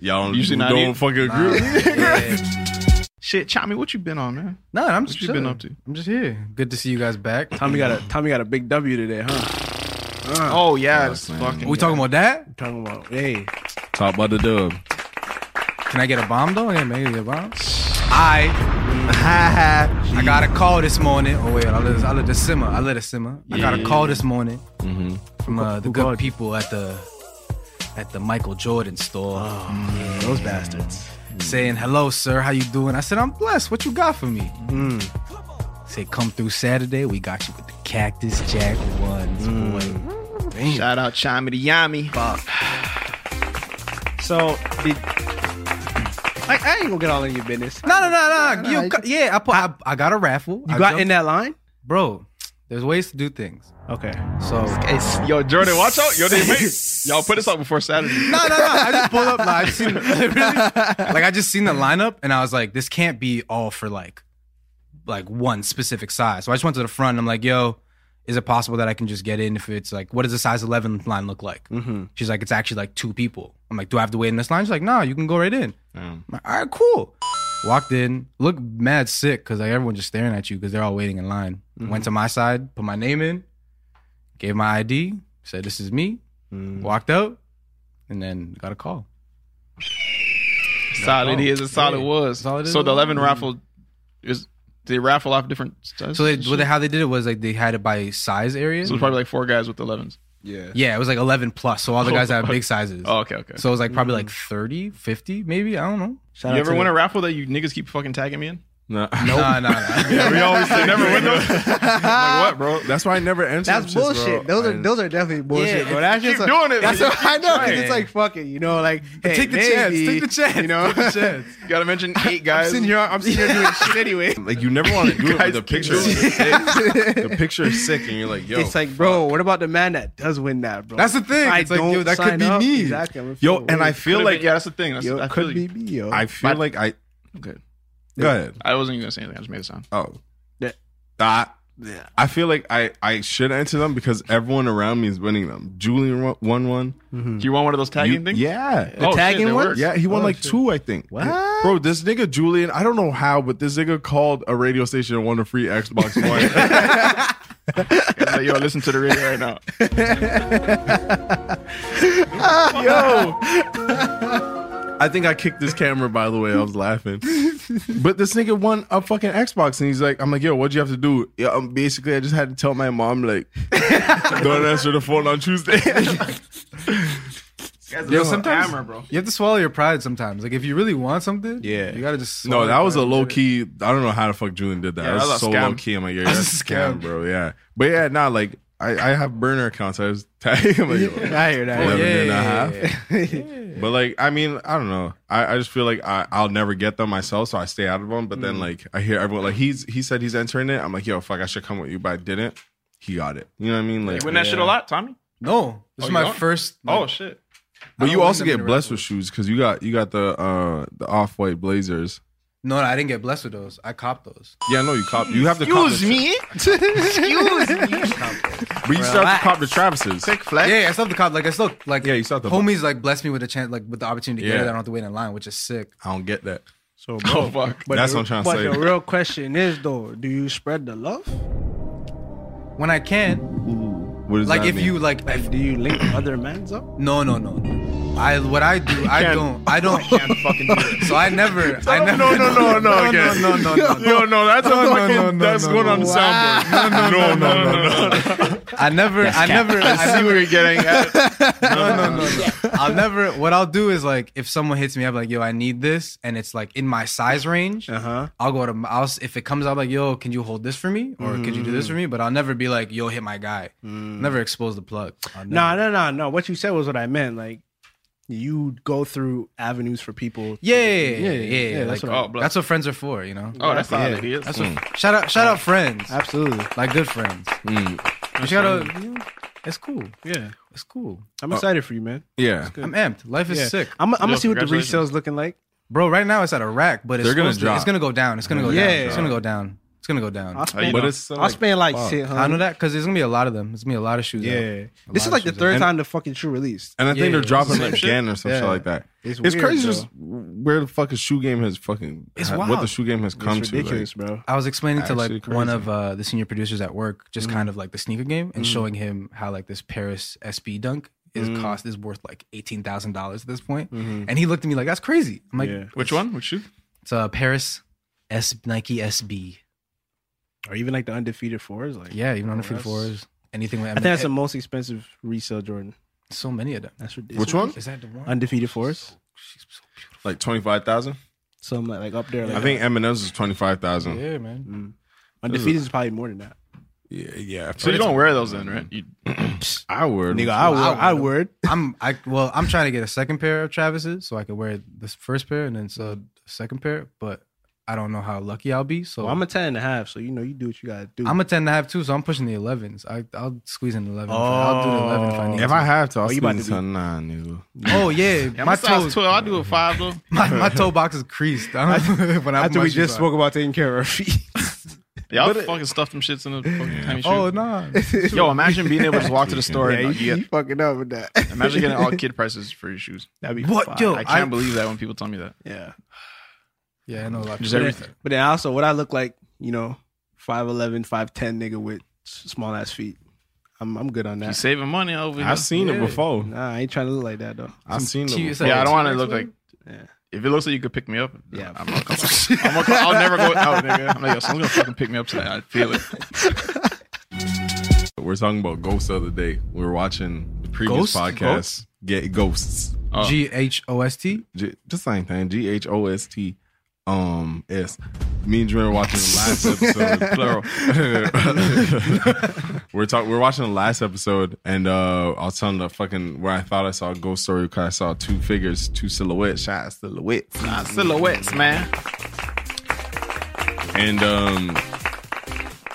Y'all don't,
Usually not
don't
eating.
fucking agree. with me?
Shit, Chami, what you been on, man?
No, I'm
What
just
you been
chilling.
up to?
I'm just here. Good to see you guys back.
Tommy got a Tommy got a big W today, huh?
Oh yeah, it's
man.
fucking.
Are we talking about that?
Talking about hey,
Talk about the dub.
Can I get a bomb though? Yeah, maybe get a bomb.
I
I got a call this morning. Oh wait, I let I let it simmer. I let it simmer. I got a call this morning from uh, the good people at the at the Michael Jordan store. Mm.
those bastards.
saying, "Hello, sir. How you doing?" I said, "I'm blessed. What you got for me?" Say, "Come through Saturday. We got you with the Cactus Jack ones, boy." Damn.
Shout out Chami to Yami.
So did I, I ain't gonna get all in your business.
No, no, no, no.
no,
You,
you
got- yeah, I, put, I I got a raffle.
You
I
got
jumped-
in that line?
bro. There's ways to do things.
Okay.
So no,
It's, yo, Jordan, watch out. Yo, they mate. Y'all put this up before Saturday.
no, no. I just pulled up. Like, I seen, really, like I just seen the lineup, and I was like, this can't be all for like like one specific size. So I just went to the front. and I'm like, yo. Is it possible that I can just get in if it's like, what does the size 11 line look like?
Mm-hmm.
She's like, it's actually like two people. I'm like, do I have to wait in this line? She's like, no, you can go right in.
Yeah.
I'm like, All right, cool. Walked in, looked mad sick because like everyone just staring at you because they're all waiting in line.
Mm-hmm.
Went to my side, put my name in, gave my ID, said this is me,
Mm-hmm.
walked out, and then got a call.
solid is and solid
Oh, Yeah.
was.
Solid is
so the
what-
11 raffle is they raffle off different sizes.
So they,
and
well, they,
shit?
how they did it was like they had it by size area.
so it's probably like four guys with 11s.
Yeah.
yeah, it was like 11 plus. So all the guys have big sizes.
Oh, okay, okay. Mm-hmm.
So it was like probably like 30, 50, maybe. I don't know.
Shout
you
out
ever
to
win
the-
a raffle that you niggas keep fucking tagging me in?
Nah.
No, no, no.
Yeah, we always say
Never win those. like what, bro?
That's why I never entered.
That's
shit, bro.
bullshit. Those are
I-
those are definitely bullshit,
Yeah,
bro. That's
Keep
just a,
doing it.
That's what I know. 'cause
Right.
It's like fuck it, you know, like hey,
Take the chance.
maybe,
Take the chance.
You know,
Take the chance.
You gotta mention eight
I'm
guys.
sitting here, I'm sitting here doing shit anyway.
Like you never want to do it, but
Guys
the
keep
picture,
doing
is sick. the picture is sick, and you're like, yo,
it's like, bro, what about the man that does win that, bro?
That's the thing.
I
It's like,
don't
yo, that could
sign
be
up.
me.
Exactly. I'm a
yo,
fool.
and I
Could've
feel
been-
like
yeah, that's the thing. That's,
yo,
I, feel
could be
you.
me, yo.
I feel like I.
Okay.
Go ahead.
I wasn't even gonna say anything. I just made a sound.
Oh,
Yeah.
I,
Yeah.
I feel like I I should enter them because everyone around me is winning them. Julian won- won one.
Do you want one of those tagging Oh,
You-
things?
Yeah.
The
Mm-hmm. tagging one? Oh,
Yeah, he won like two, I think.
What?
Bro, this nigga Julian, I don't know how, but this nigga called a radio station and won a free Xbox One.
Like, yo, listen to the radio right now.
I think I kicked this camera, by the way. I was laughing. But this nigga won a fucking Xbox, and he's like, I'm like, yo, what'd you have to do? Yeah, um, basically, I just had to tell my mom, like, don't answer the phone on Tuesday.
Yo, sometimes, bro.
You have to swallow your pride sometimes. Like if you really want something,
Yeah.
you gotta just. swallow
no, that
your
was a
pride.
low key. I don't know how the fuck Julian did that.
Yeah,
that was,
that was a
so
scam.
low key. I'm like, yeah,
That was
that's
a
a scam,
scam.
bro. Yeah. But yeah, nah, like, I I, I have burner accounts. I was tagging him. Like, yo,
I hear that.
Eleven and a
yeah,
half.
yeah,
But like, I mean, I don't know. I, I just feel like I, I'll never get them myself, so I stay out of them. But then like, I hear everyone like he's he said he's entering it. I'm like, yo, fuck, I should come with you, but I didn't. He got it. You know what I mean? Like,
You win that shit a lot, Tommy.
No, this is
Oh, you
my
don't?
first.
Oh shit.
but
I
you
don't
also
win them in
get
a
blessed
row.
with shoes because you got you got the uh the off white blazers.
No, no, I didn't get blessed with those. I copped those.
Yeah, no, you cop. You have to cop the-
Excuse me.
but you still have to cop the Travises.
Sick flex.
Yeah, yeah, I still have the cop. Like I still like.
Yeah, you still have the-
homies like blessed me with a chance, like with the opportunity to get it.
Yeah.
I don't have to wait in line, which is sick.
I don't get that.
So
Oh fuck, that's what I'm trying
But the
to say.
real question is though, do you spread the love?
When I can,
What does
like
that
if
mean?
you like, if,
Do you link other men's up?
no, no, no, no. I what I do, I don't, I don't.
fucking do it.
So I never, I never.
no, no, no, no, again.
no, no, no, no.
Yo, no, that's a
No, no,
fucking.
no, no,
that's
no,
going
no.
on the soundboard. No, no, no, no, no.
I never, I never, I
I see
never.
where you're getting at.
No, no, no, no. I'll never. What I'll do is like, if someone hits me up, like, yo, I need this, and it's like in my size range,
Uh-huh.
I'll go to. my- I'll s- if it comes out like, yo, can you hold this for me, or could you do this for me? But I'll never be like, yo, hit my guy. Never expose the plug. I'll never-
No, no, no, no. What you said was what I meant. Like you go through avenues for people.
Yeah, yeah, yeah,
yeah,
yeah.
oh,
like,
that's
that's,
what
I-
what friends are for, you know.
Oh, that's how it is.
That's what, shout out, shout out, friends,
Mm. Absolutely. Mm.
like good friends. You just gotta, you know, it's cool.
Yeah.
It's cool.
I'm excited for you, man.
Yeah,
I'm amped. Life is
Yeah.
sick,
I'm, I'm gonna
Yo,
see what the
congratulations.
resales looking like.
bro. Right now it's at a rack, but it's
They're gonna
supposed to-
drop.
It's gonna go down. It's gonna go
Yeah.
down. It's gonna go down. It's gonna go down.
I'll spend,
but it's
I'll
like,
spend like
fuck.
shit, huh?
I know that because there's gonna be a lot of them. There's gonna be a lot of shoes. out.
Yeah.
A
This
lot
is
of
like the
shoes
third
out.
time the fucking shoe released.
and I think
Yeah,
they're
yeah,
dropping
it's
like again or some shit like that.
It's
It's,
weird,
crazy,
though.
just where the fuck a shoe game has fucking.
It's
ha- What
wild.
the shoe game has come
It's
to. Like,
ridiculous, bro.
I was explaining to like
Actually
one
crazy.
of uh, the senior producers at work,
Mm.
just kind of like the sneaker game, and showing him how like this Paris SB Dunk is
Mm.
cost is worth like eighteen thousand dollars at this point, Mm. and he looked at me like that's crazy. I'm like,
Yeah.
Which one? Which shoe?
it's a Paris S Nike SB.
Or even like the undefeated fours. Like
Yeah, even on the feet
that's-
fours, anything with
I
M-
think that's the most expensive resale Jordan.
so many of them.
That's ridiculous.
Which one?
Is that the one?
Undefeated fours.
Like twenty five thousand.
Some like, like up there. Like mm.
I think M&M's is twenty five thousand. Yeah.
Yeah, man.
undefeated is probably more than that.
yeah,
So you don't wear those then, right? You,
I would.
Nigga, I would. I
would.
would.
I'm I well, I'm trying to get a second pair of Travis's so I can wear this first pair and then so the second pair, but I don't know how lucky I'll be. So
Well, I'm a ten and a half, so you know you do what you gotta do.
I'm a ten and a half too, so I'm pushing the elevens. I I'll squeeze in eleven. if I- I'll do the eleven if I need
If
to.
I have to, I'll
Oh, you
squeeze
about to
into
be-
a nine, nigga.
oh yeah,
yeah,
my
my size
toes,
twelve. I do a five though.
my, my toe box is creased. I don't, when I put
After
my
we
shoes
just
on.
spoke about taking care of our feet.
Y'all fucking stuffed them shits in the fucking tiny shoe.
Oh no,
Yo, imagine being able to just walk to the store
yeah, you,
and you
you
get,
fucking up with that.
imagine getting all kid prices for your shoes.
That'd be
What?
fire.
Yo,
I
I-
can't believe that when people tell me that.
Yeah.
yeah, I know a lot.
Just
But-
everything.
But then also, what I look like, you know, 5'11", 5'10", nigga with small ass feet. I'm I'm good on
You
that.
saving money over here.
I've seen it before.
Nah, I ain't trying to look like that though.
I've seen it.
T- it's
Before.
like-
Yeah, I don't want to
T-Rex
look
one?
like.
Yeah.
If it looks like you could pick me up,
Yeah.
yeah, I'm not coming. I'm not coming. I'll never go out, nigga. I'm like, yo, someone's gonna fucking pick me up tonight. I feel it.
We We're talking about ghosts the other day. We were watching the previous
Ghosts?
podcast.
Ghosts?
Get ghosts.
G H O S T.
J- the same thing. G H O S T um S. Me and Drew are watching the last episode. Plural. we're talking. We're watching the last episode, and uh I was telling the fucking where I thought I saw a ghost story because I saw two figures, two silhouettes, shot silhouettes,
Nah, silhouettes, man.
and um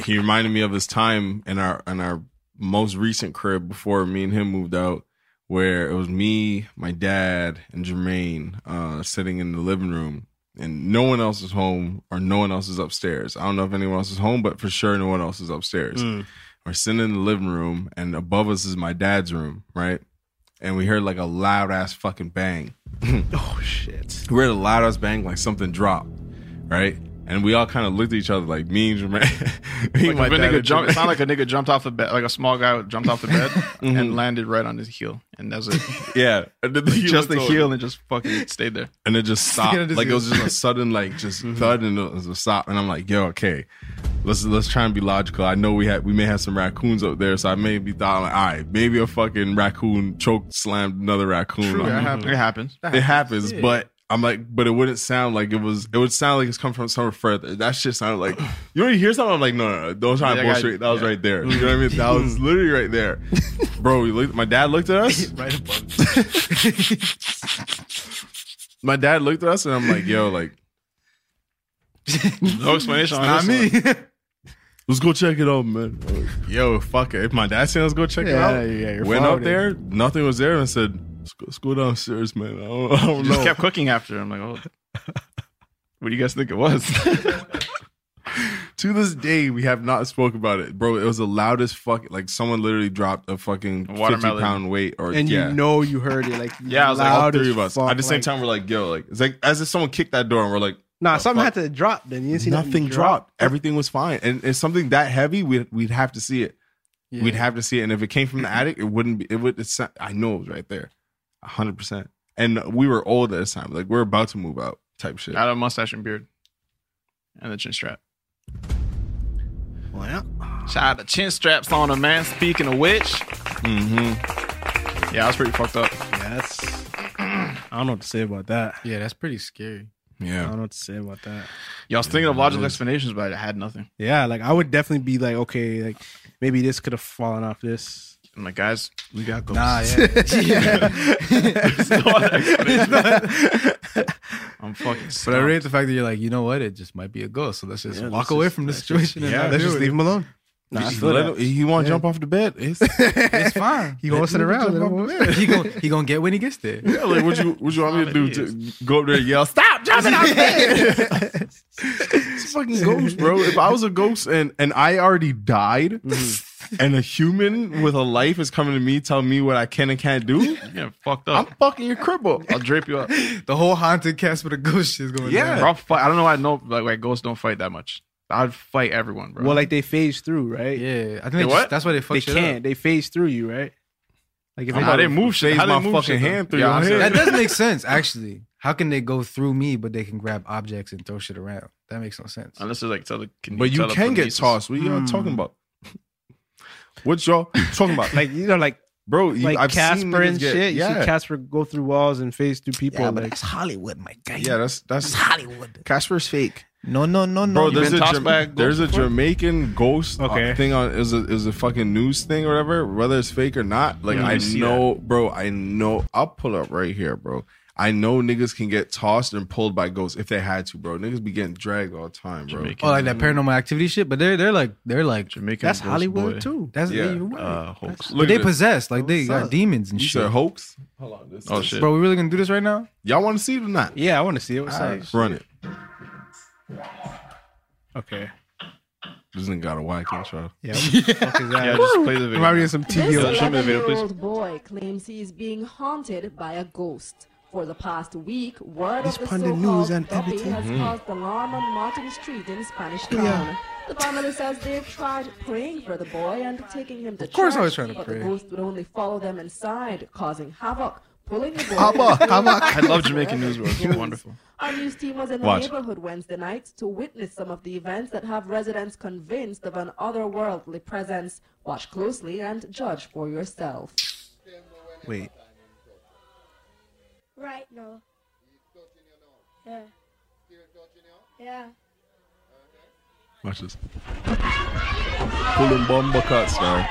he reminded me of his time in our in our most recent crib before me and him moved out where it was me my dad and jermaine uh sitting in the living room and no one else is home or no one else is upstairs i don't know if anyone else is home but for sure no one else is upstairs we're sitting in the living room and above us is my dad's room right and we heard like a loud ass fucking bang
Oh shit.
we heard a loud ass bang, like something dropped, right? And we all kind of looked at each other, like me and Jermaine. me and my
Like if a
dad
nigga
and
jump, it
Jermaine.
sounded like a nigga jumped off the bed, like a small guy jumped off the bed and landed right on his heel, and that's it.
yeah, and then he
just the
looked over,
heel and just fucking stayed there.
and it just stopped.
Yeah, just-
like it was just a sudden, like just
Mm-hmm.
thud, and it was a stop. And I'm like, yo, okay, let's let's try and be logical. I know we had we may have some raccoons up there, so I may be thought like, all right, maybe a fucking raccoon choke slammed another raccoon.
True,
Like,
it happens. It happens.
It happens, but I'm like, but it wouldn't sound like it was. It would sound like it's come from somewhere further. That shit sounded like you already hear something. I'm like, no, no, no don't try to
Yeah, I got-
bullshit. That was
yeah.
right there. You know what I mean? That was literally right there, bro. We looked. My dad looked at us.
right above.
My dad looked at us, and I'm like, yo, like,
No explanation. on
Not
this
me.
one.
let's go check it out, man. I'm like, yo, fuck it. If my dad said let's go check
Yeah,
it out,
yeah, you're
went up
followed.
there, nothing was there, and I said, let's go, let's go downstairs, man. I don't, I don't
Just
know.
kept cooking after. I'm like, oh. What do you guys think it was?
to this day, we have not spoke about it, bro. It was the loudest fucking like someone literally dropped a fucking fifty
Watermelon.
pound weight or
and
yeah.
you know you heard it. Like
Yeah, I was like,
all
loud
three
as
of us
fuck,
at the same
like-
time. We're like, yo, like it's like as if someone kicked that door and we're like,
Nah, something
fuck?
had to drop. Then you didn't see
nothing
drop.
dropped. Everything was fine, and it's something that heavy. We'd we'd have to see it.
Yeah.
We'd have to see it, and if it came from the attic, it wouldn't be. It would. It's not- I know it was right there, hundred percent. And we were old at this time. Like we are about to move out, type shit.
Out of mustache and beard, and the chin strap.
Well,
Shout out the chin straps on a man. Speaking of which,
hmm
Mm-hmm.
yeah, I was pretty fucked up.
yeah, that's. I don't know what to say about that.
Yeah, that's pretty scary.
I
Yeah.
don't know what to say about that.
Yeah, I was thinking of logical explanations, but I had nothing.
Yeah, like I would definitely be like, okay, like maybe this could have fallen off this.
I'm like, guys,
We got those.
Nah, yeah.
I'm fucking. Stumped.
But I rate the fact that you're like, you know what? It just might be a ghost. So let's just
Yeah,
walk
let's
away
just-
from the situation. and
yeah,
not
let's
do
just
it.
leave
him alone. Nah, I
Just
feel
let
that.
him- he want to
Yeah.
jump off the bed. It's,
It's fine.
He
Let
horsing
him
around,
jump
let him
off the bed. He gon' he gonna get when he gets there.
Yeah, like what you what you want me to do? To go up there and yell, "Stop jumping out It's a fucking ghost, bro. If I was a ghost and and I already died,
Mm-hmm.
and a human with a life is coming to me telling me what I can and can't do,
You're getting fucked
I'm
up.
fucking your cripple.
i will drape you up.
The whole haunted cast with a ghost shit is going
Yeah.
down.
Bro, I'll fight. I don't know. why I know like, like ghosts don't fight that much. I'd fight everyone, bro.
Well, like they phase through, right?
Yeah, I think
They
they just-
what?
that's why they fuck
they
shit
can't.
up.
They phase through you, right? Like if
I'm
it-
about
How
to
they move shit?
phase
How they
my
move
fucking
shit, though?
hand through
Yeah,
your
I'm saying-
head.
That does make sense, actually. How can they go through me, but they can grab objects and throw shit around? That makes no sense.
Unless it's like tele- can
But you can get
telekinesis.
tossed. What y'all
Hmm.
talking about? What y'all talking about?
like you know, like
bro, you,
like
I've seen
Casper
niggas
and
get-
shit. You
Yeah,
see Casper go through walls and phase through people. like
Hollywood, my guy.
yeah, that's that's
Hollywood.
Casper's fake.
No, no, no, no.
Bro,
You
there's
been
a,
tossed
Jam-
by a ghost
there's a
before?
Jamaican ghost uh,
Okay.
thing on is a is a fucking news thing or whatever, whether it's fake or not. Like
Mm,
Yeah,
I
you see
know, bro, I know. I'll pull up right here, bro. I know niggas can get tossed and pulled by ghosts if they had to, bro. Niggas be getting dragged all the time, bro.
Jamaican.
oh, like that paranormal activity shit. But they're they're like they're like
Jamaican
that's
ghost
Hollywood
boy.
too.
that's
Yeah.
you're right.
Uh, hoax.
Look
but they
at this.
possessed like they
What's
got
up?
demons and
You
shit.
said hoax? Hold on, this.
Oh shit.
Bro, we really gonna do this right now?
Y'all want to see it or not?
Yeah, I want to see it. What's
All
up?
right, run it.
Okay.
This nigga got a wide catch, bro.
Yeah. What the fuck is that?
Yeah, just play the video.
Remind me of some TV. old shit.
Eleven-year-old boy claims he is being haunted by a ghost. For the past week, word
He's
of the
pun the
so-called
news and
Dobby
everything.
has caused alarm on Martin Street in Spanish Town. The family says they've tried praying for the boy and taking him to
Of course
church,
I was trying to
but
pray.
the ghost would only follow them inside, causing havoc, pulling the boy.
Havoc, havoc.
I love Jamaican news, bro. It's wonderful.
Our news team was in the
Watch.
neighborhood Wednesday night to witness some of the events that have residents convinced of an otherworldly presence. Watch closely and judge for yourself.
Wait.
Right now. Yeah. Yeah.
Watch this. Pulling bomba cuts, man.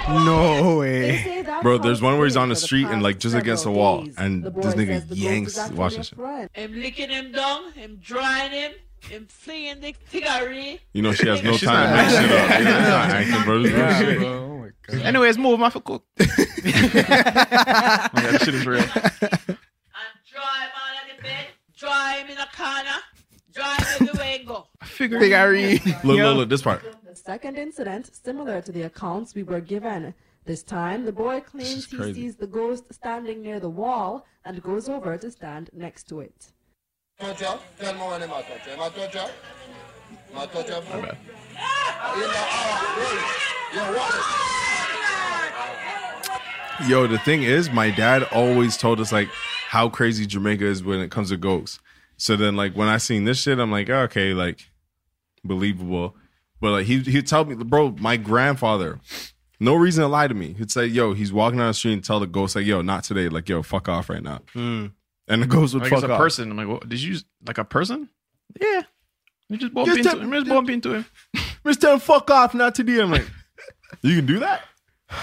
They
No way.
say that
Bro, there's
house
one where he's
burned
on the
for
street and,
past
like, just against
several
the wall,
days.
and
The
this
boy
nigga
says the ghost
yanks-
is actually
watch
a
this shit.
friend.
I'm licking him down, I'm drying him, I'm fleeing the tiggery.
You know she has no
She's
time to
not
make shit up. You know, it's not acting, bro. This is real shit.
Oh my god.
Anyways, move my cook. oh, yeah, that shit is real.
I'm dry him out of the bed, dry him in a corner, dry him everywhere he go.
Figure Figure.
Look, look, look, this part.
The second incident, similar to the accounts we were given. This time, the boy claims he
crazy.
sees the ghost standing near the wall and goes over to stand next to it.
Yo, the thing is, my dad always told us like how crazy Jamaica is when it comes to ghosts. So then, like when I seen this shit, I'm like, okay, like believable. But like he he'd tell me, bro, my grandfather, no reason to lie to me. He'd say, yo, he's walking down the street and tell the ghost like, yo, not today, like yo, fuck off right now. And the ghost would
Like
fuck
it's a
off.
person. I'm like, what, did you use- like a person?
Yeah.
You just bump
Just
into
tell-
him. Just bump into him.
Mister, fuck off, not today. I'm like, you can do that.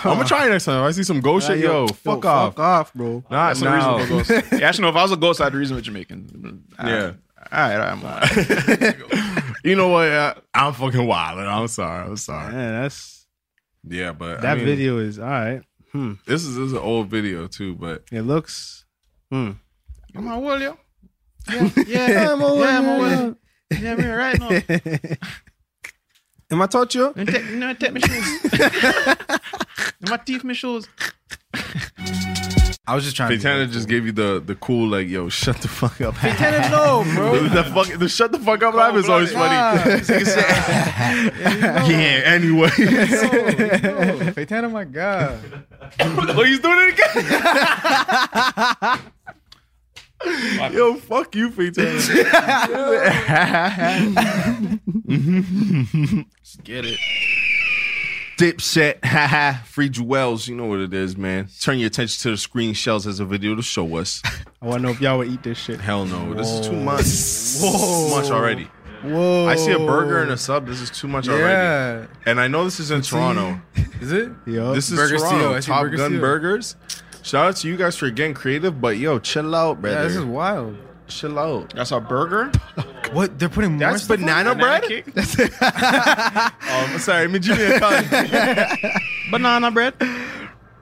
I'm gonna try it next time. If I see some ghost Oh, shit, yo, fuck off.
Fuck off, bro.
Nah,
That's
now.
a reasonable ghost. yeah, actually, no. If I was a ghost, I'd reason with Jamaican.
Yeah.
All right, I'm all right.
You know what? Uh, I'm fucking wild. I'm sorry. I'm sorry.
Yeah, that's
Yeah, but I
that
mean,
video is all right. Hmm.
This is this is an old video too, but
It looks. Hmm.
I'm all right, yo.
yeah, I'm old.
Yeah, I'm all right. Yeah, I'm all right. No,
Am I taught you?
And take- no, take my shoes. And my teeth, my shoes.
I was just trying
Fantana
to.
just gave you the the cool like, yo, shut the fuck up.
Fantana, no, bro.
the fuck, the shut the fuck up live is always funny. yeah. Anyway,
Fantana, my God.
oh, he's doing it again. yo, fuck you, Fantana.
Get it.
Dipset, haha, free jewels. You know what it is, man. Turn your attention to the screen shells as a video to show us.
I want to know if y'all would eat this shit.
Hell no, this is too much. Too much already.
Whoa!
I see a burger and a sub. This is too much already.
Oh. Yeah.
And I know this is in Toronto.
Is it?
Yo,
This is
Burger
Toronto.
Seal. I see
Top
Burger
Gun
Seal.
Burgers. Shout out to you guys for getting creative, but yo, chill out, brother.
Yeah, this is wild.
chill out.
That's a burger.
What? They're putting more
That's
stuff on?
banana bread.
kick?
oh, I'm sorry, Nigerian cunt.
Banana bread.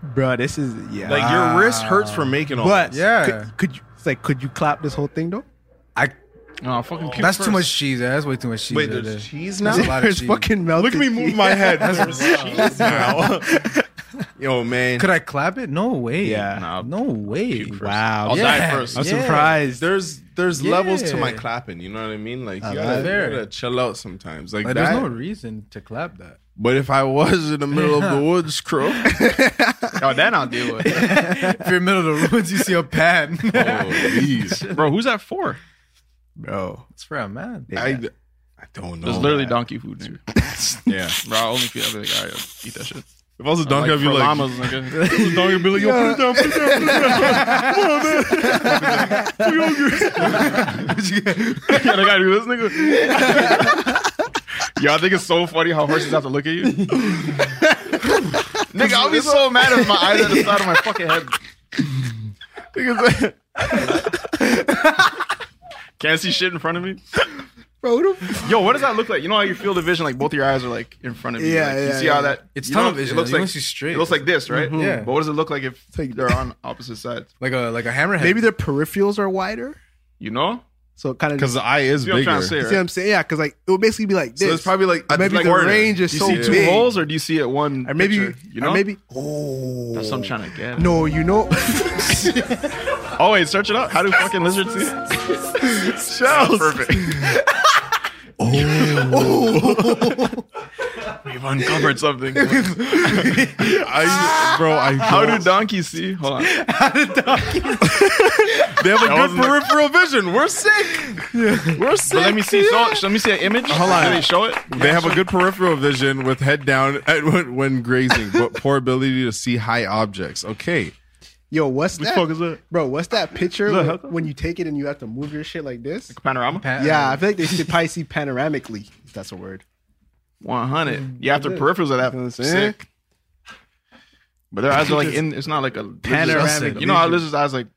bro, this is yeah.
Like your wrist hurts from making all
but
this.
Yeah.
could, could you? It's like, could you clap this whole thing though?
I,
No, fucking. puke
that's
first.
too much cheese. yeah, That's way too much cheese.
Wait,
right
there's
there.
cheese
That's a
now.
lot of
It's
cheese.
fucking melted.
Look at me move my head. There's cheese now. yo, man.
Could I clap it? No way.
Yeah.
Nah,
No way.
Wow.
I'll
yeah.
die first.
I'm
Yeah.
surprised.
There's there's levels to my
Yeah.
clapping. You know what I mean? Like you
I
gotta,
love it.
you gotta chill out sometimes. Like,
Like,
that.
there's no reason to clap that.
but if I was in the middle of the woods, crow.
Oh, that I'll deal with.
if you're in the middle of the woods, you see a pad.
Oh, geez.
Bro, who's that for?
bro.
That's for a man.
I, I don't know.
There's literally
man.
donkey food. Dude.
Yeah.
Bro, I only feel like I eat that shit.
If I was a donkey, I'd be
for
like,
llamas, nigga.
if I was a donkey, I'd be like, yo, put it down, put it down, put it
yeah, I gotta do this, nigga. Yo, I think it's so funny how horses have to look at you. nigga, I'll be so mad if my eyes are the side of my fucking head. Niggas- Can't see shit in front of me.
Bro, who the
Yo, what does that look like? You know how you feel the vision, like both of your eyes are like in front of you.
Yeah,
like, you
yeah,
see
yeah.
how that
It's
you know,
tunnel vision,
It looks
though. You
like
don't see straight. Mm-hmm.
It looks like this, right?
Yeah.
But what does it look like if they're on opposite sides?
Like a like a hammerhead.
Maybe their peripherals are wider,
You know?
so it kind of.
Because the eye is
You know what I'm
bigger.
trying to say,
You see what
right?
I'm saying? Yeah, because like it would basically be like
so
this.
it's probably like I
maybe
like
the
Werner.
range is
Do you
so
see two
big.
holes or do you see it one?
or maybe
picture? you know.
or maybe oh
that's what I'm trying to get.
no you know
Oh wait, search it up. How do fucking lizards see? Shells. Perfect.
We've uncovered something.
I, bro, I how do donkeys see? Hold on.
they have a good
wasn't the-
peripheral vision. We're sick. We're sick.
But let me see. So, let me see an image. Hold on. Do they show it?
They have a good peripheral vision with head down at, when, when grazing, but poor ability to see high objects. Okay.
yo what's
What the
that
fuck is that?
bro what's that picture
Look,
when-
how come-
when you take it and you have to move your shit like this
panorama.
yeah I feel like they should probably see panoramically if that's a word
One hundred. Yeah, after peripherals
You
are
know what I'm
that
saying?
sick. But their eyes are like in. It's not like a
Panoramic
You know how lizards' eyes like.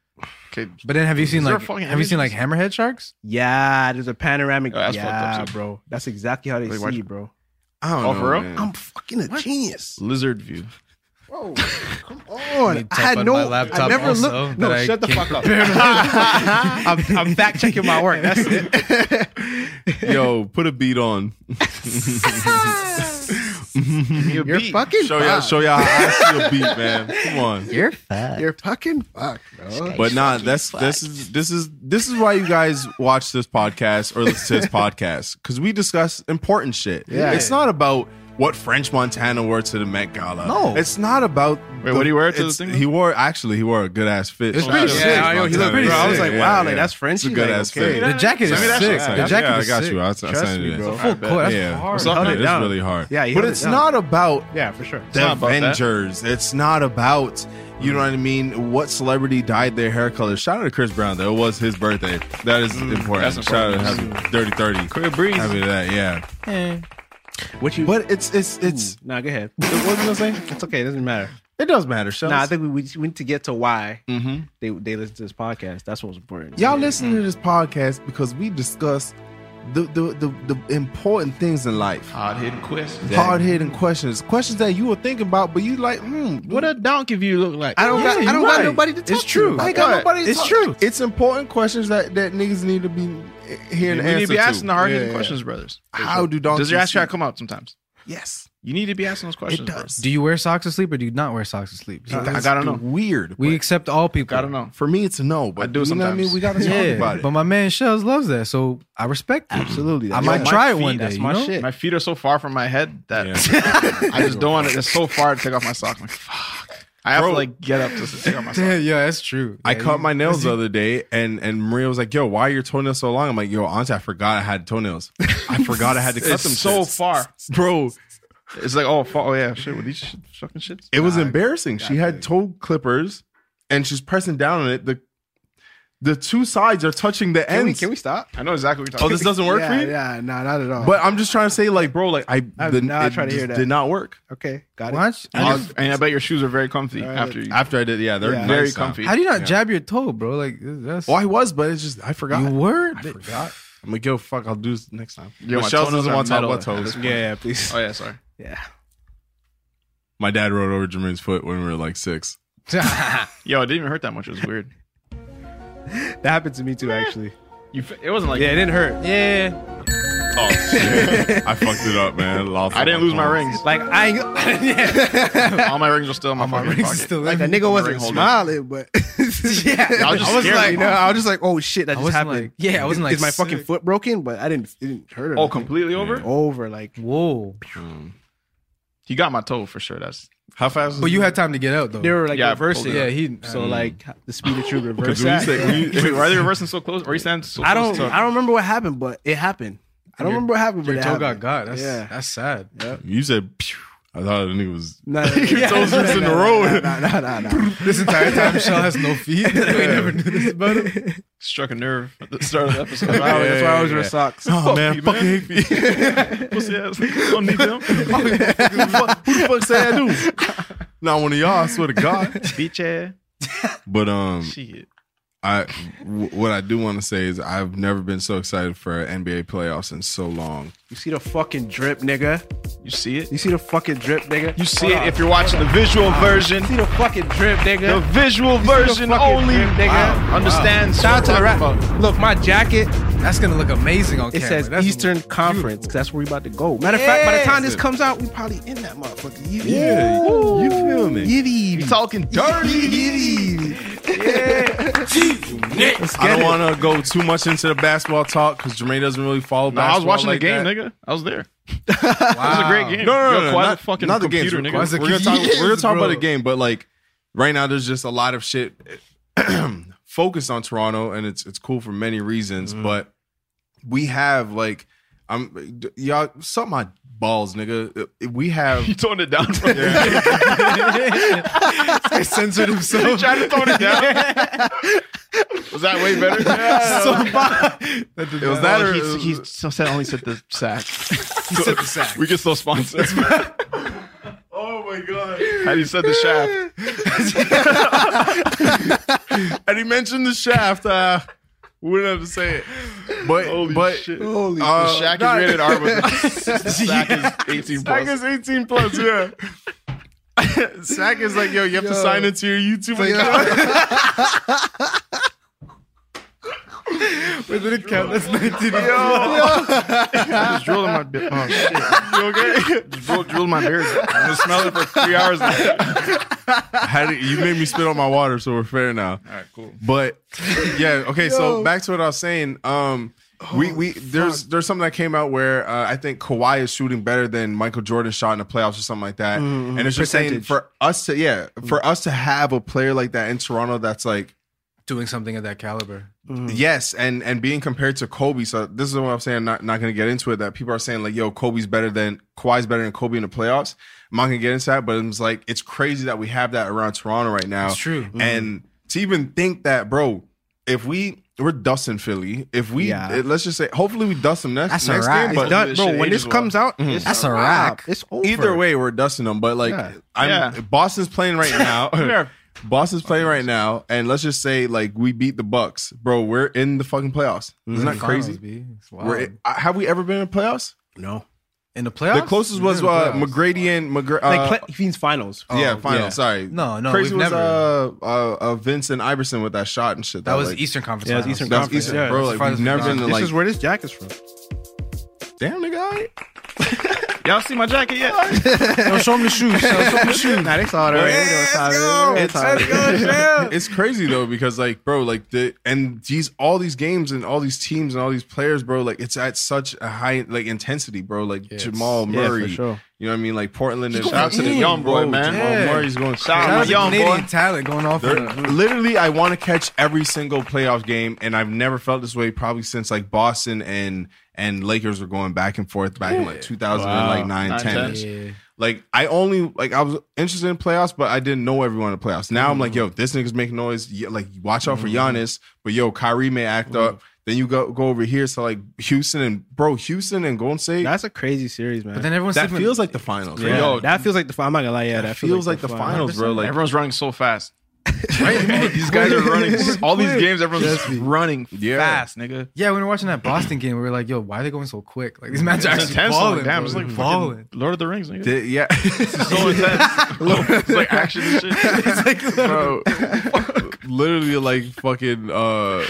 Okay,
But then have you seen
there
like
fucking
have you seen like hammerhead sharks?
yeah there's a panoramic
Oh, that's
yeah
fucked up, too.
bro that's exactly how they
Wait, why'd
see
you-
bro
I don't
Oh,
know.
for real?
man.
I'm fucking a genius
lizard view.
whoa come on
me
I
type
had
on
no
my laptop
I never
also
looked no
that I
shut the
came
fuck up I'm, I'm fact checking my work that's it
Yo, put a beat on.
you're fucking
Show y'all,
fucked.
show y'all how I see a beat, man. Come on.
You're fat.
you're fucking fucked bro
But nah, that's this is this is this is why you guys watch this podcast or listen to this podcast because we discuss important shit.
Yeah.
it's not about what French Montana wore to the Met Gala.
No.
it's not about.
Wait, what he wear to the
it's-
thing? Oh,
He wore actually he wore a good ass fit.
It's pretty
Shout out
sick.
to
Yeah,
French
yo, he looked
Montana.
pretty
Yeah,
sick.
I was like,
yeah,
wow,
yeah.
like that's
It's
Frenchy.
a good
like,
ass
okay.
fit.
The jacket
Send
is
me that
sick.
shit.
The
Yeah,
jacket
I
is
got
sick.
you. I'll, I'll send you
me,
that.
bro.
I
Full
bet.
court, that's
yeah.
hard.
It's up
Held it
there. It's
down.
really hard.
Yeah, he
but
held
it's
it down.
not about
Yeah, for sure.
the
not about that.
Avengers. It's not about you know what I mean. What celebrity dyed their hair color? Shout out to Chris Brown though. It was his birthday. That is important.
Mm, that's
Shout out to
important.
happy Dirty Thirty.
Career breeze.
Happy to that. Yeah.
What you?
But it's it's it's.
Nah, go ahead.
What was I saying?
It's okay. It doesn't matter.
It does matter. Shout
Nah, I think we, we just- we need to get to why
mm-hmm.
they they listen to this podcast. That's what's important.
Y'all listen to this podcast because we discuss the the, the, the important things in life.
Hard hitting quest.
Hard hitting questions. Questions that you were thinking about, but you like, hmm,
What a donkey view look like. uh,
I don't
Yeah,
got I
you're
don't
right.
got nobody to talk
It's
to
true.
about. I ain't got
What?
nobody to
It's
talk-
true.
It's important questions that, that niggas need to be hearing
You
the answer
need to be asking
to.
the hard hitting
Yeah.
questions, brothers.
How do donkeys
Does your ass
see-
track come out sometimes?
Yes.
You need to be asking those questions.
It
bro.
does.
Do you wear socks to sleep or do you not wear socks to sleep?
I- I
That's
gotta know.
Weird.
we
but
accept all people.
Gotta know.
for me it's a no, but
I do
you know what I
sometimes.
mean? We gotta talk about it.
But my man Shells loves that, so I respect it.
Absolutely.
I
That's
might
right.
try it
feet,
one day.
That's
you
my
know?
shit.
My feet are so far from my head that I just don't want it. It's so far to take off my sock. I'm like, fuck. I have
Bro.
to like get up just to take off my sock.
Damn, yeah, that's true.
I
Yeah,
cut
you-
my nails
that's
the
you-
other day, and and Maria was like, "Yo, why are your toenails so long?" I'm like, "Yo, auntie, I forgot I had toenails. I forgot I had to cut
It's
them
so
shits."
far.
bro."
It's like, oh, fuck, oh yeah, shit. With these sh- fucking shits.
It was embarrassing. She had toe clippers, and she's pressing down on it. the The two sides are touching the
Can we,
ends.
can we stop?
I know exactly what you're
oh,
talking.
this doesn't work
yeah,
for you.
Yeah, nah, not at all.
But I'm just trying to say, like, bro, like I,
I'm
the,
not
it
trying to hear
just
that.
did not work
okay, got it.
Watch. How do
about. and I bet your shoes are very comfy
All right.
after you.
after I did. Yeah, they're
Yeah.
very
Very comfy.
you- how do you not jab your toe, bro? Like that's
Oh, I was, but it's just I forgot.
you were.
I forgot. I'm like, yo, fuck, I'll do this next time.
Yo, my
Michelle
toenails
doesn't
are
want to talk
metal
about
at this
toes.
point.
yeah, please.
Oh yeah, sorry.
Yeah.
My dad rode over Jermaine's foot when we were like six.
Yo, it didn't even hurt that much. It was weird.
That happened to me too, actually.
You, f- it wasn't like
Yeah, it didn't hurt.
Yeah.
Oh shit! I fucked it up, man. Lost
I didn't lose my rings.
Like I, ain't- yeah.
All my rings are still in my,
My
fucking
rings
pocket.
still
like that
in.
nigga wasn't
Ring holder.
smiling, but yeah,
I was just scared.
like, you know, I was just like, oh shit, that
I
just
wasn't
happened.
like- yeah, I wasn't like
is my fucking
sick.
foot broken? But I didn't, it didn't hurt. or
Oh,
nothing.
completely over.
over. Like
Whoa.
He got my toe for sure. That's
Mm. How fast? was
But you
it?
had time to get out though.
they were like
Yeah, I
reversing.
pulled it
yeah, he.
So like the speed that you reverse.
Because when you
that-
say- when you-
Wait, why are they reversing so close? Or you standing so
I
close
don't,
to
I don't remember what happened, but it happened. I don't
Your-
remember what happened, but
your
it
toe got
happened.
got. That's
yeah.
that's sad.
you said. Pew. I thought the nigga was.
Nah, nah, nah,
Your toes
nah,
just in
nah,
the
nah,
road.
Nah, nah, nah, nah, nah.
This entire time, Shell has no feet. we never knew this about him.
struck a nerve at the start of the episode.
That's why I was- that's why I always wear socks.
Oh man, I fucking hate feet.
Pussy ass. Don't need them.
Who the fuck- who the fuck say I do? Not one of y'all. I swear to God.
Beach ass.
But um,
Shit.
I w- what I do want to say is I've never been so excited for NBA playoffs in so long.
You see the fucking drip, nigga.
You see it?
You see the fucking drip, nigga.
You see it if you're watching the visual version.
see the fucking drip,
The
nigga.
visual version
fucking
only.
drip, nigga.
Wow. Understands.
Shout out to the
what we're
rap. Look, my jacket.
That's gonna look amazing on
It
camera.
says
That's
Eastern
beautiful.
Conference. 'cause That's where we about to go. Matter of fact, by the time this comes out, we probably in that motherfucker. You-
Yeah, you feel me?
Yiddy.
You talking dirty.
I don't want to go too much into the basketball talk because Jermaine doesn't really follow
No,
basketball.
I was watching
like
the game,
that.
nigga. I was there.
Wow.
It was a great game.
No, no, no,
Yo,
no,
Kawhi
not,
the fucking
not the games.
computer,
We're,
nigga.
we're gonna talk, we're gonna talk
Bro.
about the game, but like right now, there's just a lot of shit focused on Toronto, and it's it's cool for many reasons.
Mm.
But we have like, I'm y'all suck my balls, nigga. We have
You toned it down. From
He censored himself.
Trying to tone it down. Was that way better?
it was that or
Oh, he, he still said only said the sack.
said the sack.
We can still sponsor.
oh my god.
Had he said the shaft?
and he mentioned the shaft. Uh, we wouldn't have to say it, but but
Holy
uh,
the shack
nah,
is rated R, but the sack is 18
Sack
plus.
is 18 plus, yeah. Sack is like, yo, you have to sign into your YouTube account.
Wait, did it count? That's 19.
I just drilled in my beard. Oh shit! You okay? Just drilled, drilled in my beard. I'm gonna smell it for three hours. Later.
How did- you made me spit on my water, so we're fair now.
All right, cool.
But yeah, okay, so back to what I was saying. Um, we we there's there's something that came out where uh, I think Kawhi is shooting better than Michael Jordan shot in the playoffs or something like that,
Mhm.
and it's just saying
Percentage.
for us to yeah for us to have a player like that in Toronto that's like
doing something of that caliber.
yes and and being compared to Kobe. So this is what I'm saying. Not not gonna get into it. That people are saying like yo Kobe's better than Kawhi's better than Kobe in the playoffs. I'm not gonna get into that, but it's like it's crazy that we have that around Toronto right now.
It's true.
And to even think that, bro, if we we're dusting Philly, if we
Yeah.
eh, let's just say, hopefully we dust them next
That's a
next
wrap.
game.
It's
But
done, bro.
shit
When
ages
this comes out,
Mhm.
it's
That's
a
a
wrap.
wrap.
It's over.
either way, we're dusting them. But like,
Yeah.
I'm
Yeah.
Boston's playing right
We
now.
are-
Boston's playing right now, and let's just say like we beat the Bucks, bro. We're in the fucking playoffs.
Mm-hmm.
Isn't that crazy? We're in- uh, have we ever been in playoffs?
no.
in the playoffs.
The closest was
We've been
uh,
in the playoffs.
McGrady and McGrady.
Like play, he means finals.
yeah,
Oh,
final.
yeah.
Sorry,
No, no,
Crazy
we've
was
never-
uh, uh, uh, Vincent Iverson with that shot and shit.
That was
like,
Eastern Conference.
Yeah, it was
Finals.
Eastern
That was
Conference,
Eastern,
yeah.
bro.
That's
Like,
far
we've
as we've
never
gone.
been
This
like
is where this jacket's from.
damn nigga. all right.
Y'all see my jacket yet?
Yo, show him the shoes. Show him the shoes.
Nah, they saw it already. They know it's how it is. They know it's how it is.
it's crazy though because like bro like the and these all these games and all these teams and all these players bro like it's at such a high like intensity bro like
Yeah,
Jamal
for
Murray
sure.
you know what I mean like Portland and
Shout out to the young boy, man.
Jamal Murray's going
Shout out to
crazy.
That
my
was a
young boy.
Canadian talent going off.
They're-
in the-
literally I want to catch every single playoff game and I've never felt this way probably since like Boston and and Lakers were going back and forth back in like 2000 and
Wow.
like 9,
Nine,
10 -ish.
ten.
Yeah.
Like I only like I was interested in playoffs, but I didn't know everyone in playoffs. Now I'm like,
Mm.
yo, this nigga's making noise. Yeah, like, watch out for
Mm-hmm.
Giannis, but yo, Kyrie may act
Mm.
up. Then you go go over here to like Houston and bro, Houston and Golden State.
That's a crazy series, man.
But then everyone's
that
sleeping-
feels like the finals.
yeah,
Yo,
that feels like the. fi- I'm not gonna lie. Yeah, that,
feels like the finals, bro. Like
Everyone's running so fast.
right?
These guys are running. All these games, everyone's
Just
running
Yeah.
fast, nigga.
Yeah, when we were watching that Boston game, we were like, "Yo, why are they going so quick? Like these matches are
It's
actually
intense. I'm
balling.
Like, damn,
bro.
it's like fucking
balling.
Lord of the Rings, nigga.
Did- yeah.
so intense. it's like action and shit.
bro. literally like fucking uh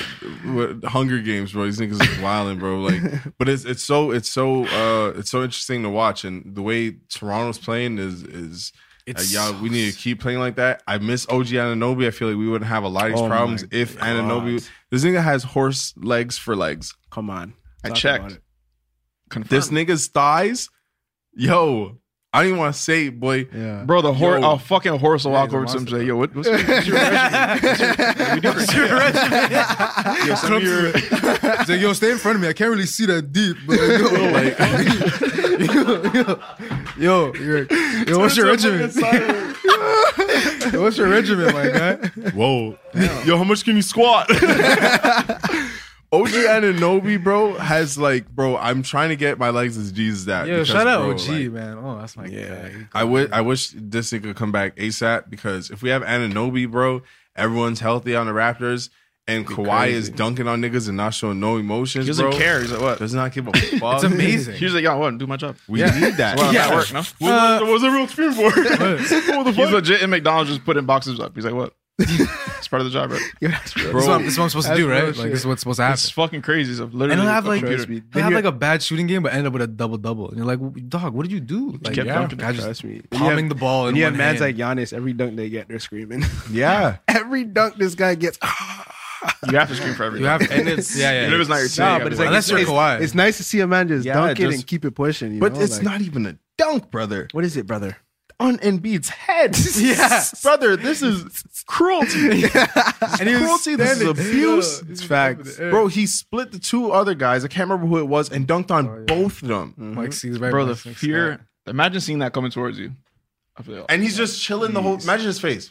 what- Hunger Games, bro. These niggas is wilding, bro. Like, but it's it's so it's so uh it's so interesting to watch, and the way Toronto's playing is is.
It's
uh, y'all, we need to keep playing like that. I miss OG Ananobi. I feel like we wouldn't have a lot of these
Oh my
problems if Ananobi. This nigga has horse legs for legs.
come on.
I
Talk
checked.
about it.
This nigga's thighs, yo, I don't even want to say, it, boy.
Yeah.
Bro, the horse,
Yo.
a fucking horse will walk
he's a
over to him and
monster,
say, "Yo, what, what's, your- what's your
Yo, some of your-
He's like, yo, stay in front of me. I can't really see that deep. But like, yo, yo, yo, yo, yo, what's your regimen? Yo, what's your regimen, my guy?
Whoa. Yo, how much can you squat? OG Ananobi, bro, has like, bro, I'm trying to get my legs as Jesus that.
Yo,
because,
shout out
bro,
OG,
like,
man. Oh, that's my
Yeah.
guy.
I wish I wish this thing could come back ASAP because if we have Ananobi, bro, everyone's healthy on the Raptors. And Kawhi is dunking on niggas and not showing no emotions.
He doesn't
bro.
care. He's like, what?
Does not give a fuck.
It's amazing.
He's like, "Yo, what? Do my job."
We need that.
Well,
Yeah.
yeah. work, no? Uh,
What was the real screen for? What the
He's
fuck?
legit in McDonald's just putting boxes up. He's like, what? it's part of the job, bro.
This is, what, I'm-
Bro,
this is what I'm supposed to
That's
do, right?
real
Like
shit.
this is what's supposed to happen.
It's fucking crazy. So literally,
and he'll have
a
like
computer.
me.
he'll have like a bad shooting game, but end up with a double double. And you're like, "W- dog, what did you do? Like,
kept
yeah,
dunking.
I just
Trust me. And you
palming
have-
the
And
ball. And
you
yeah,
have
man's
man's like Giannis. Every dunk they get, they're screaming.
yeah.
every dunk this guy gets.
you have to scream for everything.
you have, and
it's
yeah, yeah.
even if it's not your team.
Nah,
you
but it's
gotta
like it's,
Unless
do
you're
it's-
Kawhi.
it's nice to see a man just
Yeah,
dunk it
just-
and keep it pushing. You
But
know?
it's
Like,
not even a dunk, brother.
What is it, brother?
on Embiid's head.
Yeah.
brother, this is cruelty.
And he was
cruelty. This is
standing
abuse.
still.
It's facts, bro. He split the two other guys. I can't remember who it was, and dunked
Oh,
on both of them.
Mm.
Mike sees right
it. Mm-hmm. bro. The
behind us.
fear. Imagine seeing that coming towards you. I feel like-
And he's just chilling the whole. Imagine his face.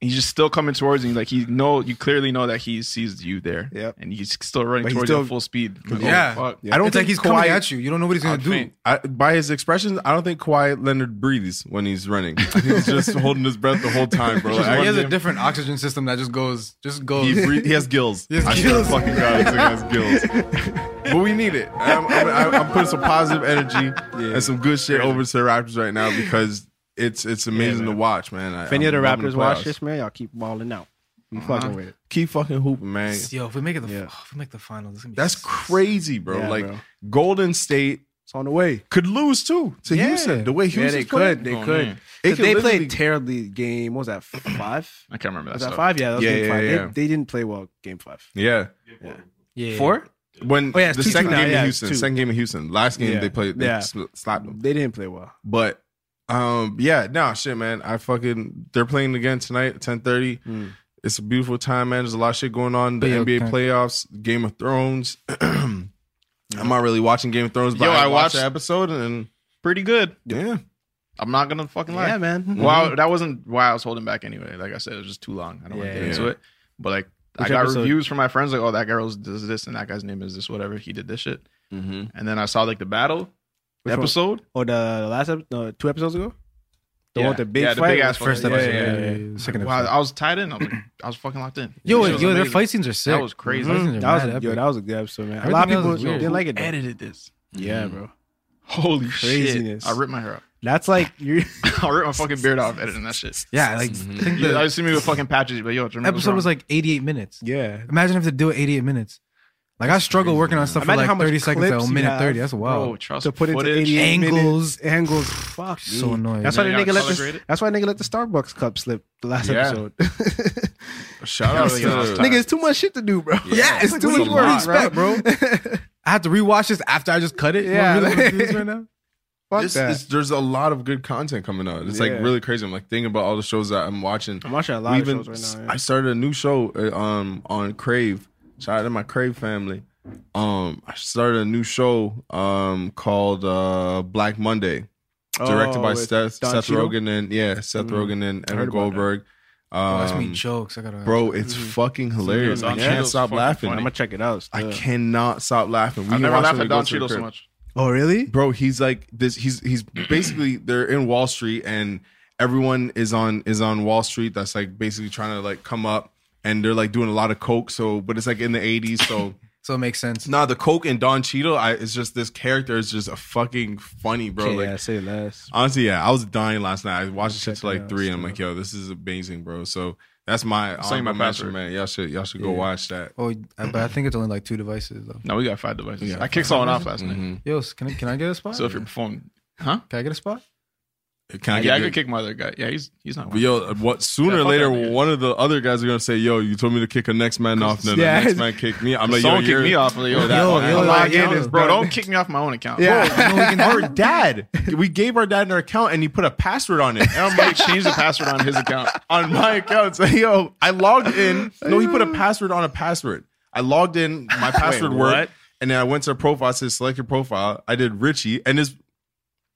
he's just still coming towards you. Like he know you clearly know that he sees you there.
Yep.
And he's still running
But he's
towards you
still-
at full speed. Like, oh,
Yeah.
fuck.
Yeah.
I don't
It's
think
like he's
Kawhi,
coming at you. You don't know what he's gonna
I'd
do.
faint.
I, by his expressions, I don't think Kawhi Leonard breathes when he's running. He's just holding his breath the whole time, bro. Like, I-
He has a different oxygen system that just goes, just goes.
He, breathe, he has gills.
has
I swear to
gills.
fucking God, this nigga has gills. But we need it. I'm, I'm, I'm putting some positive energy and some good shit over to the Raptors right now because it's it's amazing to watch, man. I,
If any of the
I'm loving
Raptors watch
playoffs. Uh-huh.
this, man, y'all keep balling out. You
Uh-huh.
fucking with it.
keep fucking hooping, man.
Yo, if we make it the,
Yeah.
oh, if we make the finals, it's gonna be
That's
so-
crazy, bro.
Yeah,
like
bro.
Golden State
It's on the way.
could lose too to
Yeah.
Houston. The way Houston
yeah, they could. They
Oh,
could.
man.
It
'Cause
could
they
literally-
played terribly. Game what was that five?
I can't remember that.
Was that
stuff.
five? Yeah, that was
Yeah,
game
yeah,
five.
yeah.
They, they didn't play well. Game five.
Yeah,
Yeah.
Four?
When
Oh, yeah, it's
the
two-two
second
now.
game
Yeah,
in
it's
Houston,
two.
second game in Houston, last game
Yeah.
they played, they
Yeah.
sl- slapped them.
They didn't play well.
But um, yeah, no shit, man. I fucking they're playing again tonight, ten thirty.
Hmm.
It's a beautiful time, man. There's a lot of shit going on. The
Yeah,
NBA
okay.
playoffs, Game of Thrones. I'm not really watching Game of Thrones, but
Yo,
I,
I
watched
watched-
the episode and
Pretty good.
yeah.
I'm not gonna fucking lie.
Yeah, man.
Wow, that wasn't why I was holding back anyway. Like I said, it was just too long. I don't want
Yeah.
to get into
Yeah.
it. But like,
Which
I got
episode?
reviews from my friends like, "Oh, that girl does this, and that guy's name is this, whatever. He did this shit."
Mm-hmm.
And then I saw like the battle
Which one?
episode.
Or the, the last ep- no, two episodes ago? The
Yeah.
one with the big
Yeah, the
fight?
big ass
First
Yeah,
episode.
yeah,
Yeah,
yeah,
yeah, yeah. Second
Wow,
episode.
I was tied in. I was, like, I was fucking locked in.
Yo,
This shit was
yo, their
amazing.
fight scenes are sick.
That was crazy.
Those scenes are
That was,
mad
yo,
epic.
that was a good episode, man. A
Everything
lot of
else
people
is weird.
didn't like it. Though.
Edited this.
Yeah, bro.
Holy
Craziness.
shit! I ripped my hair off.
That's like you.
I ripped my fucking beard off editing that shit.
Yeah, like
Mm-hmm.
I think
You,
the
I just see me with fucking patches, but yo, Jermaine
episode
wrong.
was like 88 minutes.
Yeah.
Imagine if they do it 88 minutes. Like I struggle working on stuff
Imagine
for
how
like
much
30 seconds to
clips
a
you
minute
have,
30. That's wild.
bro, trust
to put into
footage.
88
Angles.
minutes, angles. Fuck,
So
me.
annoying.
That's why the
Now you
nigga
gotta
let
color
the,
grade
That's why nigga let the Starbucks cup slip the last
Yeah.
episode. nigga,
Shout out to uh,
Really lost time.
it's too much shit to do, bro.
Yeah, it's
Like,
too
what
much
you
work to
want,
expect, bro. I have to rewatch this after I just cut it.
Yeah,
Yeah,
like-
right now.
Fuck
This
that.
is there's a lot of good content coming out. It's
Yeah.
like really crazy. I'm like thinking about all the shows that I'm watching.
I'm watching a lot
We
of
even-
shows right now.
I started a new show uh, um on Crave. Shout out to my Crave family. Um, I started a new show um called uh Black Monday,
yeah.
directed
Oh,
by
with
Seth,
Don
Seth
Cheadle?
Rogen and yeah Seth
Mm.
Rogen and
I heard
Evan
about that.
Goldberg.
Oh, that's me
Um,
jokes. I gotta. Mm-hmm.
bro, it's fucking hilarious.
Don
I can't
Cheadle's
stop
fucking
laughing.
funny.
I'm gonna check it out.
I
still.
cannot stop laughing. We
I've
can
never
watch
laughed at
it when we go
Don
to the
Cheadle so
crib.
much.
Oh really?
bro he's like this he's he's basically they're in wall street and everyone is on is on wall street that's like basically trying to like come up and they're like doing a lot of coke so but it's like in the 80s so
So it makes sense.
nah the coke and don Cheadle, i it's just this character is just a fucking funny bro
Okay,
like
yeah, say less.
honestly yeah i was dying last night i watched shit till
Check it
like
out,
three and i'm
still.
like yo this is amazing bro so that's my
Same
honorable
my
mention,
password.
man y'all should y'all should go
Yeah.
watch that
Oh, I- but I think it's only like two devices though.
No, we got five devices.
Yeah,
I kicked someone off last night.
Mm-hmm.
Mhm.
Yo, can I, can I get a spot?
So if you're performing, huh?
can I get a spot?
can i
yeah,
get
I
the-
could kick my other guy. Yeah, he's he's not.
But yo, uh, what
Yeah,
sooner or
fuck
later,
that nigga.
one of the other guys are gonna say, "Yo, you told me to kick a next man off, and then
Yeah.
the next man kicked me." I'm like, "Yo,
someone
you're
kicked me off. Like, yo, that
Yo,
one.
yo, like,
I'm logged in,
yo,
bro,
bro.
don't kick me off my own account.
Yeah.
Bro, you know, we can- our dad, we gave our dad our account, and he put a password on it.
Bro, and I'm like, change the password on his account.
on my account, so yo, I logged in. No, he put a password on a password. I logged in, my password
what?
worked, and then I went to her profile. It says select your profile. I did Richie, and this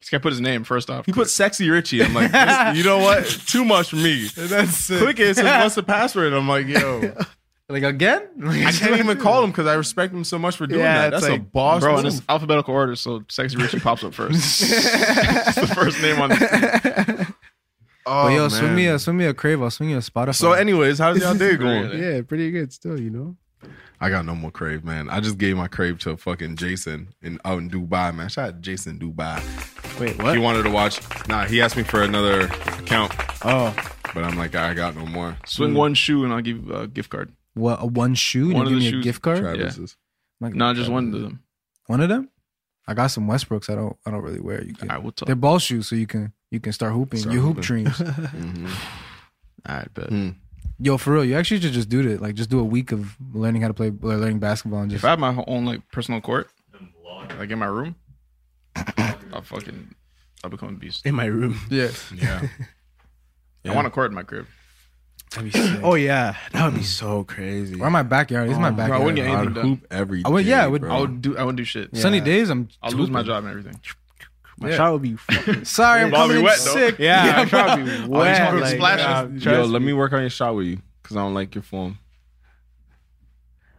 This guy put his name first off.
he put sexy Richie. I'm like, this- you know what? Too much for me.
That's
Click it. it says, What's the password? I'm like, yo.
Like again?
I can't even call him because I respect him so much for doing
Yeah,
that. That's
it's
a
like,
boss
bro,
move.
and it's alphabetical order, so Sexy Richie pops up first. it's the first name on the screen.
oh,
But yo, swing
man.
me a swing me a crave. I'll swing you a Spotify.
So, anyways, how's y'all day
Really?
going?
Yeah, pretty good still, you know.
I got no more crave, man. I just gave my crave to fucking Jason in out in Dubai, man. Shout out to Jason Dubai.
Wait,
He
what?
wanted to watch. Nah, he asked me for another account,
Oh,
but I'm like, I got no more.
Swing one shoe, and I'll give you a gift card.
what? A one shoe? and
One
you give
of the
me a
shoes-
gift card?
Travis's.
Like,
No, just one of them.
One of them. I got some Westbrooks. I don't. I don't really wear. You
All
can.
right, we'll talk.
They're ball shoes, so you can you can start hooping.
Start
Your hoop
hooping.
dreams. Mm-hmm.
All right, bet.
Hmm.
Mm.
Yo, for real, you actually should just do that. Like, just do a week of learning how to play, or learning basketball, and just
If I had my own like personal court, like in my room, I'll fucking I'll become a beast.
in my room.
yeah.
Yeah.
I want a court in my crib.
Oh yeah, that
Mm.
would be so crazy. Oh,
Or in my backyard. It's
Um,
my backyard.
I wouldn't get
I
anything
would
done.
hoop every
I would- yeah,
day,
I would-
bro.
I would do I wouldn't do shit.
Sunny days, I'm.
I'll lose my
hooping.
job and everything.
My
Yeah.
shot would be fucking
Sorry, I'm
Ball be
coming in
wet, though.
sick.
yeah, my
bro.
shot would be wet.
want
like,
splashes?
yeah,
Yo,
trust
let me work on your shot with you because I don't like your form.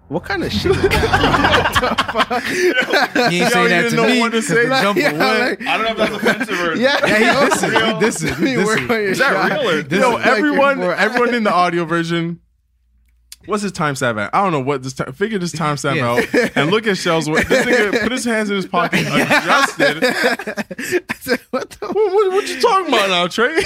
What kind of shit?
You ain't saying that to me.
to say.
Jump
yeah,
away.
like,
I don't know if that's offensive or
yeah,
Hey, listen, this is
Let me work on your
is that
shot.
real or
This
Yo,
is like your
everyone,
boy.
everyone in the audio version. What's his timestamp at? I don't know what this time. Figure this timestamp out and look at Shell's. What this nigga put his hands in his pocket, adjusted.
what the?
What, what, what you talking about now, Trey?
you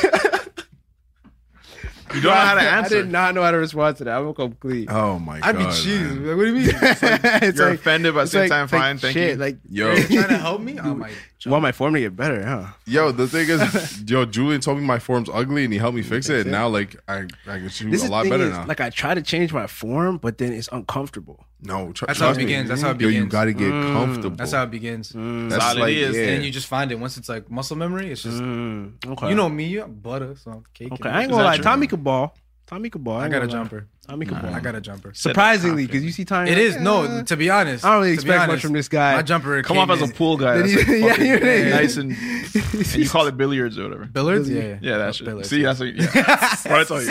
don't know how to answer?
I did not know how to respond to that. I'm complete.
Oh my
I'd be cheating. Like, what do you mean? It's like,
it's
You're offended, but at the
it's like-
same time,
it's like,
fine. Thank
shit,
you.
Like,
Yo.
you trying to help me? I'm like,
want my form to get better, huh?
Yo, the thing is, yo, Julian told me my form's ugly and he helped me fix it. And now, like, I, I can shoot
This
a
is
lot
thing
better
is,
now.
Like, I try to change my form, but then it's uncomfortable.
No, tr-
That's how it
trust me.
begins. That's how it
Yo,
begins. Mm.
you got to get
Mm.
comfortable.
That's how it begins.
That's Solid like- is. yeah.
And then you just find it once it's like muscle memory. It's just
okay.
you know me. You have butter, so I'm cake.
Okay, I ain't gonna lie. Tommy could ball. Tommy could ball.
I
ain't
got a
gonna lie.
jumper.
Tommy could ball.
I got a jumper.
Surprisingly, because you see Tommy.
It
like,
is
"Eh."
no. To be honest,
I don't really
to be
expect much
honest,
from this guy.
My jumper
Come
came
off as a
in-
pool guy.
Then
That's
you-
like
yeah,
fucking
you're right.
nice and, and you call it billiards or whatever.
billiards. Yeah,
Yeah, that's
Billiards.
See, that's what, yeah. what I tell you.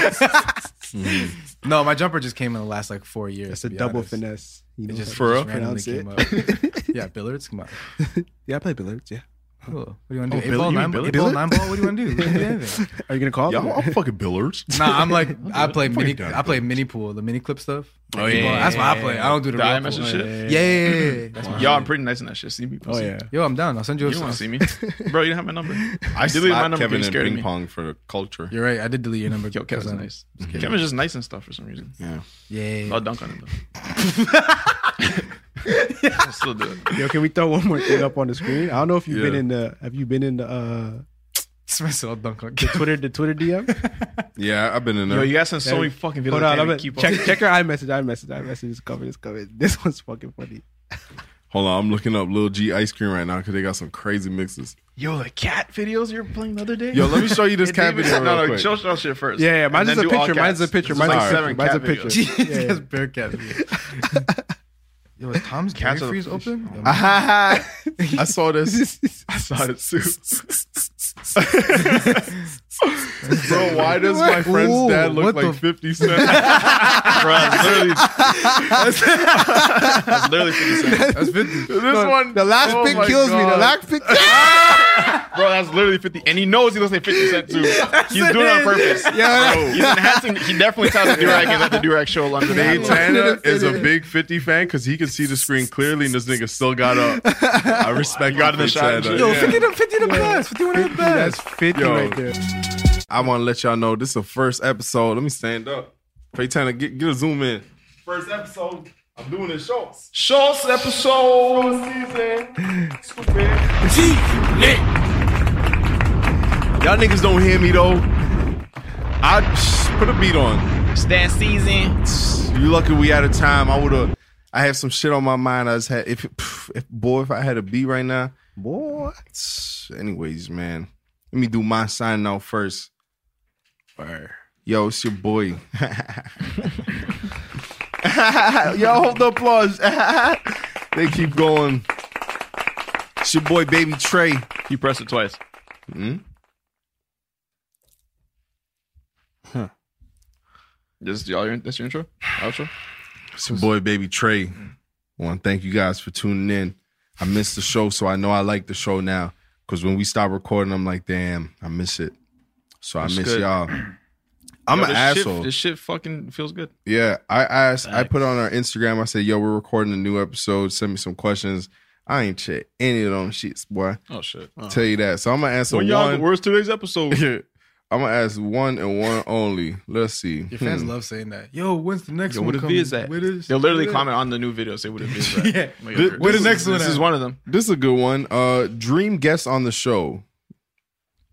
Mm-hmm. No, my jumper just came in the last like four years.
That's
to
a
be
double
honest.
finesse. You
It
know,
just,
how to
it
For real?
just randomly
pronounce it.
came up. yeah, billiards. Come on.
yeah, I play billiards. Yeah.
Cool. What do you want to do?
Oh,
Eight
billi-
ball,
you mean
nine ball, eight
billiard?
ball, nine ball. What do you want to do? We can do? anything.
Are you gonna call?
Yo,
them?
I'm, I'm fucking billiards.
Nah, I'm like I play
Fucking
mini.
done.
I play mini pool, the mini clip stuff.
Oh, yeah, yeah,
that's what I
yeah,
play.
yeah.
I don't do the,
The
real
IMS
pool.
and shit?
Yeah, yeah, yeah, yeah. That's my
Y'all,
shit.
I'm pretty nice in that shit. See me?
Oh
pussy.
yeah.
Yo, I'm down. I'll send you.
You
a
don't
some.
want to see me, bro? You don't have my number. I
I
deleted my
slapped
number
Kevin
because you
in
scared of
ping
me.
pong for culture.
You're right. I did delete your number.
Yo, Kevin's
because I-
nice. Kevin's just nice and stuff for some reason.
Yeah.
Yeah.
I'll dunk on him though. I'll still do it.
Yo, can we throw one more thing up on the screen? I don't know if you've been
Yeah.
in the. Have you been in the uh,
Spencer, I'll dunk on.
the Twitter the Twitter DM?
Yeah, I've been in
Yo,
there.
you guys send so many fucking videos.
Hold
I
on,
can't
I'm gonna-
even keep
check
up.
check your iMessage. iMessage. iMessage is coming. It's coming. This one's fucking funny.
Hold on, I'm looking up Lil G ice cream right now because they got some crazy mixes.
Yo, the cat videos you were playing the other day.
Yo, let me show you this
It didn't
cat
even-
video.
No, no,
real quick.
show show shit first.
Yeah, yeah.
And
Mine's
then
just a
do all
picture. Mine's
cats.
a picture.
This is
Mine's a
like
picture.
seven
Mine's a
cat videos.
picture. Yeah, yeah.
That's bear cat. Yo, is Tom's
Cats
dairy
are the-
freeze open? Yo,
I saw this. I saw it too. Bro, why does my friend's
Ooh,
dad
what
look
the-
like 50 Cent? Bro, it's literally,
That's literally for the same.
That's 50.
this one.
The last
oh
pick
my
kills me. The
God.
last pick.
Bro, that's literally 50. And he knows he looks like 50 Cent too. He's doing it on purpose.
Yeah.
Bro, he's enhancing. He definitely ties the Durag is at the Durag show London.
Daytana is a big 50 fan because he can see the screen clearly and this nigga still got up. I respect
Got in the shot and
Daytana.
shit.
Yo,
uh, Yeah.
50 to 50 to best. 51 to the
That's
best.
fifty
Yo.
right there.
I want to let y'all know this is the first episode. Let me stand up. Daytana, get, get a zoom in. First episode. I'm doing the shorts.
Schultz episode.
season. Stupid. Y'all niggas don't hear me though. I psh, put a beat on.
It's that season.
You lucky we out of time. I would have. I have some shit on my mind. I just had if, pff, if boy, if I had a beat right now.
Boy.
Tss, Anyways, man, let me do my sign out first. Word. Yo, it's your boy. Yo, hold the applause. they keep going. It's your boy, baby Trey.
He pressed it twice.
Hmm?
This y'all. Your, that's your intro. Outro.
It's your boy, baby Trey. I want to thank you guys for tuning in. I missed the show, so I know I like the show now. Because when we stop recording, I'm like, damn, I miss it. So I
That's
miss
good.
y'all. I'm
Yo,
an
this
asshole.
Shit, this shit fucking feels good.
Yeah, I asked. I put on our Instagram. I said, "Yo, we're recording a new episode. Send me some questions." I ain't check any of them shits, boy.
Oh shit.
Tell you that. So I'm gonna answer
when y'all,
one.
where's today's episode?
I'm gonna ask one and one only. Let's see.
Your fans
Hmm.
love saying that. Yo, when's the next
Yo,
one?
what if it
coming?
is that?
What is-
They'll literally
what is-
comment on the new video. Say what it is. that.
Yeah.
Like,
Th-
where the
this-
next one
This
at?
is one of them.
This is a good one. Uh, dream guest on the show.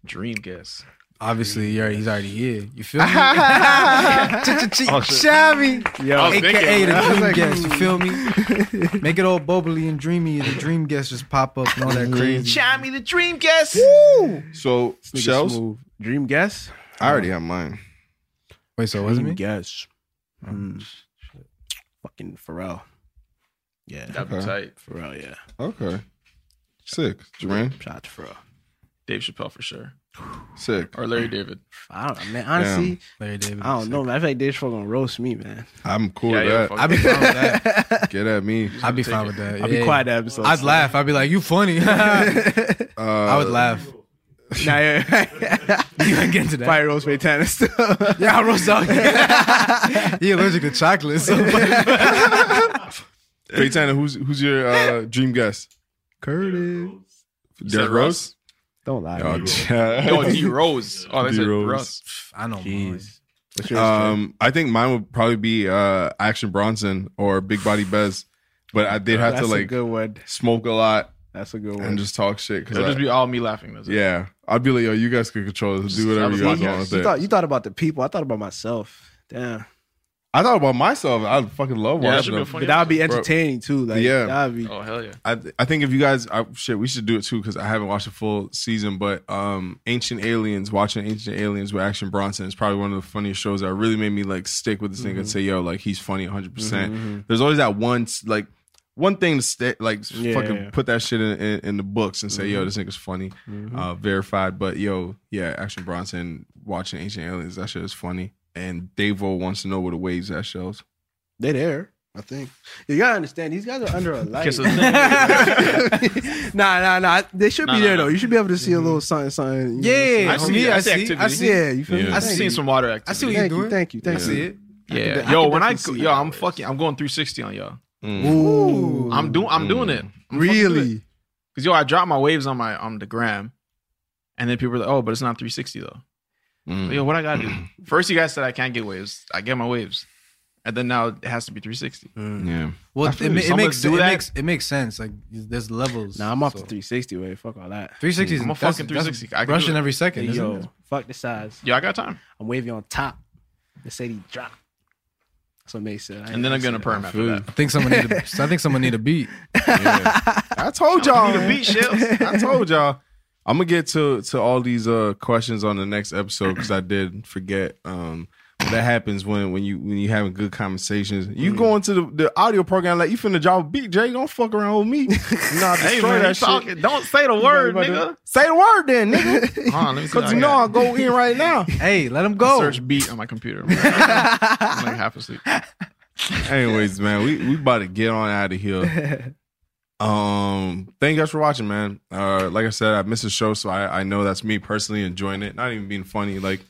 Dream guess.
Obviously, you're, he's already here. You feel me? Shabby.
Oh, I was
AKA
thinking,
the
man.
dream guest. You feel
Mm-hmm.
me? Make it all bubbly and dreamy. The dream guest just pop up and all that crazy.
Chime me the dream guess.
So shells.
Smooth. Dream guess.
I already have mine.
Wait, so it wasn't me? Mm.
guess. Hmm. Fucking Pharrell. Yeah.
That'd be
Okay.
tight.
Pharrell. Yeah.
Okay. Sick, Jermaine.
Shout out to Pharrell.
Dave Chappelle for sure,
Sick.
or Larry David.
I don't know, man. Honestly,
Larry David.
I don't know, man. I feel like Dave Chappelle gonna roast me, man.
I'm cool
Yeah, yeah,
with
fuck
that.
I'd be fine with that.
Get at me.
I'd be
Take
fine
it.
with that.
I'll be
Yeah.
quiet that episode.
I'd laugh. I'd be like, "You funny." I
Uh,
would laugh.
Nah, yeah.
You gotta get into that.
Fire roast Paytana still.
Yeah, I roast out. he allergic to chocolate. So
Paytana, who's who's your uh, dream guest? Curtis.
said
Derrick Rose.
Don't lie.
Oh,
man.
Yo, D Rose. Oh, they said
D-Rose.
Russ.
I don't know.
Jeez. What's yours,
um, I think mine would probably be uh, Action Bronson or Big Body Bez, but I did
Trey?
have
That's
to
a
like
good one.
smoke a lot
That's a good one.
and just talk shit. Cause
It'll
I-
just be all me laughing. That's it.
yeah, I'd be like, yo, you guys can control this. Do whatever you
have a
guys
podcast.
want with
you
it.
thought you thought about the people. I thought about myself. Damn.
I thought about myself. I fucking love
Yeah, that
watching
should be a
them.
funny
But that'd be entertaining too. Like
Yeah.
that'd be
Oh hell yeah!
I, I think if you guys I, shit, we should do it too because I haven't watched a full season. But um, Ancient Aliens, watching Ancient Aliens with Action Bronson is probably one of the funniest shows that really made me like stick with this
Mm-hmm.
nigga and say, yo, like he's funny 100. percent There's always that one s- like one thing to stay like
Yeah,
fucking
yeah, Mm-hmm. yeah.
put that shit in, in, in the books and say, yo, this nigga's funny,
Mm-hmm.
uh, verified. But yo, yeah, Action Bronson watching Ancient Aliens, that shit is funny. And Davo wants to know where the waves at shows.
They're there, I think. You gotta understand, these guys are under a light.
Okay, so it's-
nah, nah, nah. They should
Nah,
be
nah,
there
nah.
though. You should be able to see a little something, something. you know what I'm saying?
Yeah,
Mm-hmm. I see-
homie,
I
I
see
see. I
activity.
see.
yeah. You feel
Yeah.
me?
I
I've
Thank
seen
you.
some water activity.
I see what you're
Thank
doing.
you, thank you,
I
thank you.
see it.
Yeah,
I can
yo, when I
definitely see
yo,
that
I'm
works.
fucking, I'm going 360 on y'all.
Ooh,
I'm doing, I'm doing it.
really.
Cause yo, I dropped my waves on my on the gram, and then people were like, "Oh, but it's not 360 though." Like, yo, what I gotta do? First, you guys said I can't get waves. I get my waves, and then now it has to be 360.
Mm-hmm.
Yeah.
Well,
Mm. I
it,
feel you.
ma- it
Someone
makes
do
it
that.
makes it makes sense. Like there's levels.
Nah, I'm off
so.
the 360 way. Fuck all that.
360 is
I'm a
that's-
fucking
that's
360. I can do
Rushing
it.
every
Hey,
second. isn't
yo,
it?
fuck the size.
Yo, I got time,
I'm wavy on top. The city drop. That's what Mace said. I
and then I'm
ain't
gonna perm after that.
I think someone need a, I think someone need a beat.
I told y'all.
Need a beat, Shell.
I told y'all. I'm gonna get to to all these uh questions on the next episode because I did forget. Um, that happens when when you when you having good conversations. You go into the, the audio program like you finna drop a beat, Jay. Don't fuck around with me. nah,
Hey, man,
destroy that
you
shit.
talking- don't say the word,
about to-
nigga.
Say the word then, nigga.
Hold on, let me see what
Cause
I
you know
got.
I'll go in right now.
hey, let him go.
Search beat on my computer. I'm like, I'm like half asleep.
Anyways, man, we we about to get on out of here. Um, thank you guys for watching, man. Uh, like I said, I missed a show, so I I know that's me personally enjoying it. Not even being funny, like.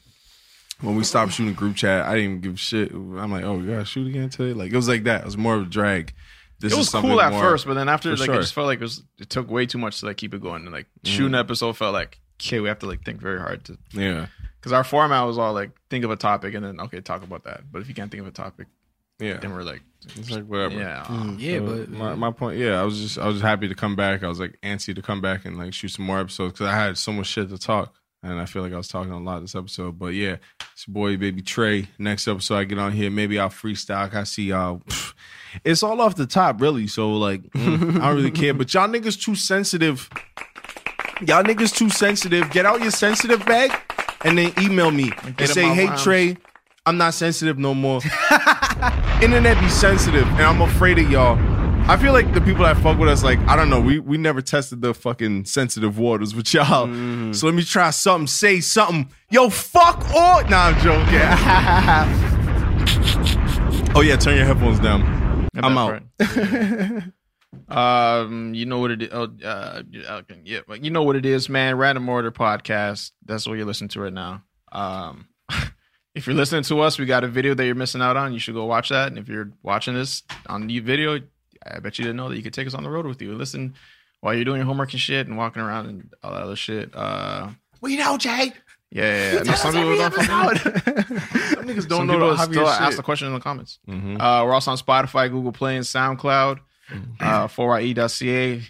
When we stopped shooting group chat, I didn't even give a shit. I'm like, oh, we gotta shoot again today. Like it was like that. It was more of a drag. This
it
is
was
something
cool at
more-
first, but then after,
for
like,
sure. Mm.
I just felt like it was it took way too much to like keep it going. And like shooting episode felt like, okay, we have to like think very hard to
yeah,
because our format was all like think of a topic and then okay, talk about that. But if you can't think of a topic, then
yeah.
we're like,
It's like whatever.
yeah,
yeah,
Mm, So
but
my, my point, yeah, I was just I was just happy to come back. I was like antsy to come back and like shoot some more episodes because I had so much shit to talk, and I feel like I was talking a lot this episode. But yeah, it's your boy, baby Trey. Next episode, I get on here. Maybe I'll freestyle. I see y'all. Pfft. It's all off the top, really. So like, mm, I don't really care. But y'all niggas too sensitive. Y'all niggas too sensitive. Get out your sensitive bag, and then email me and
in
say,
my
"Hey
rhymes."
Trey, I'm not sensitive no more." internet be sensitive, and I'm afraid of y'all. I feel like the people that fuck with us, like I don't know, we we never tested the fucking sensitive waters with y'all. So let me try something, say something. Yo, fuck all. Nah, I'm joking. oh yeah, turn your headphones down.
At
I'm
that
out.
part. um, you know what it is. Oh, uh, yeah, but you know what it is, man. Random Order Podcast. That's what you're listening to right now. Um, if you're listening to us, we got a video that you're missing out on. You should go watch that. And if you're watching this on the video, I bet you didn't know that you could take us on the road with you. Listen while you're doing your homework and shit and walking around and all that other shit. Uh,
We know, Jay.
yeah, yeah, yeah. No, some people don't fucking Some niggas don't
don't know
know.
the
People
obvious
still
shit.
ask the question in the comments.
Mm-hmm.
Uh, we're also on Spotify, Google Play, and SoundCloud.
Mm-hmm.
Uh, 4ie.ca.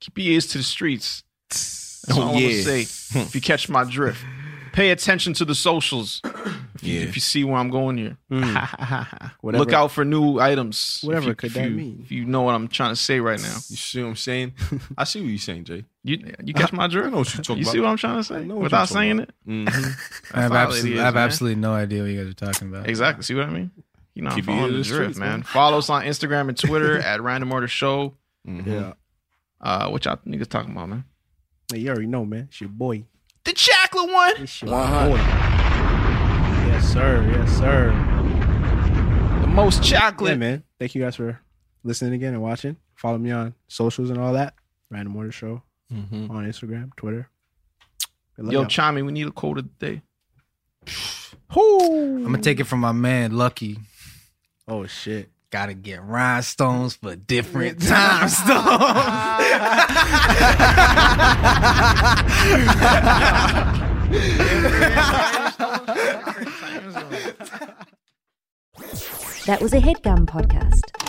Keep your ears to the streets. That's all I want to say. If you catch my drift, pay attention to the socials. If you, if you see where I'm going here,
Mm.
Whatever.
look out for new items. If
Whatever
you-
could
if
that
you-
mean?
If you know what I'm trying to say right now,
You see what I'm saying? I see what you're saying, Jay. Uh,
you you catch my drift.
I know what you're talking
You
about.
see what I'm trying to say
I know what
without
you're talking
saying
I
it.
about. Mhm.
have,
Mm-hmm. That's all
absolutely,
it is,
I have
man.
absolutely no idea what you guys are talking about.
Exactly. See what I mean? You know, I'm
Keep your ear
following
to
the
the
drift,
streets,
man.
man.
Follow us on Instagram and Twitter at Random Order Show.
Mhm.
Yeah.
Uh, what y'all niggas talking about, man?
Hey, you already know, man. It's your boy.
The chocolate one.
It's your boy. Yes, sir. Yes, sir.
The most chocolate.
Yeah, man. Thank you guys for listening again and watching. Follow me on socials and all that. Random Order Show on Instagram, Twitter. Good luck,
Mm-hmm. Yo,
y'all.
Chami, we need a quote of the day.
I'm gonna take it from my man Lucky.
oh shit.
Gotta get rhinestones for different time stones.
That was a headgum podcast.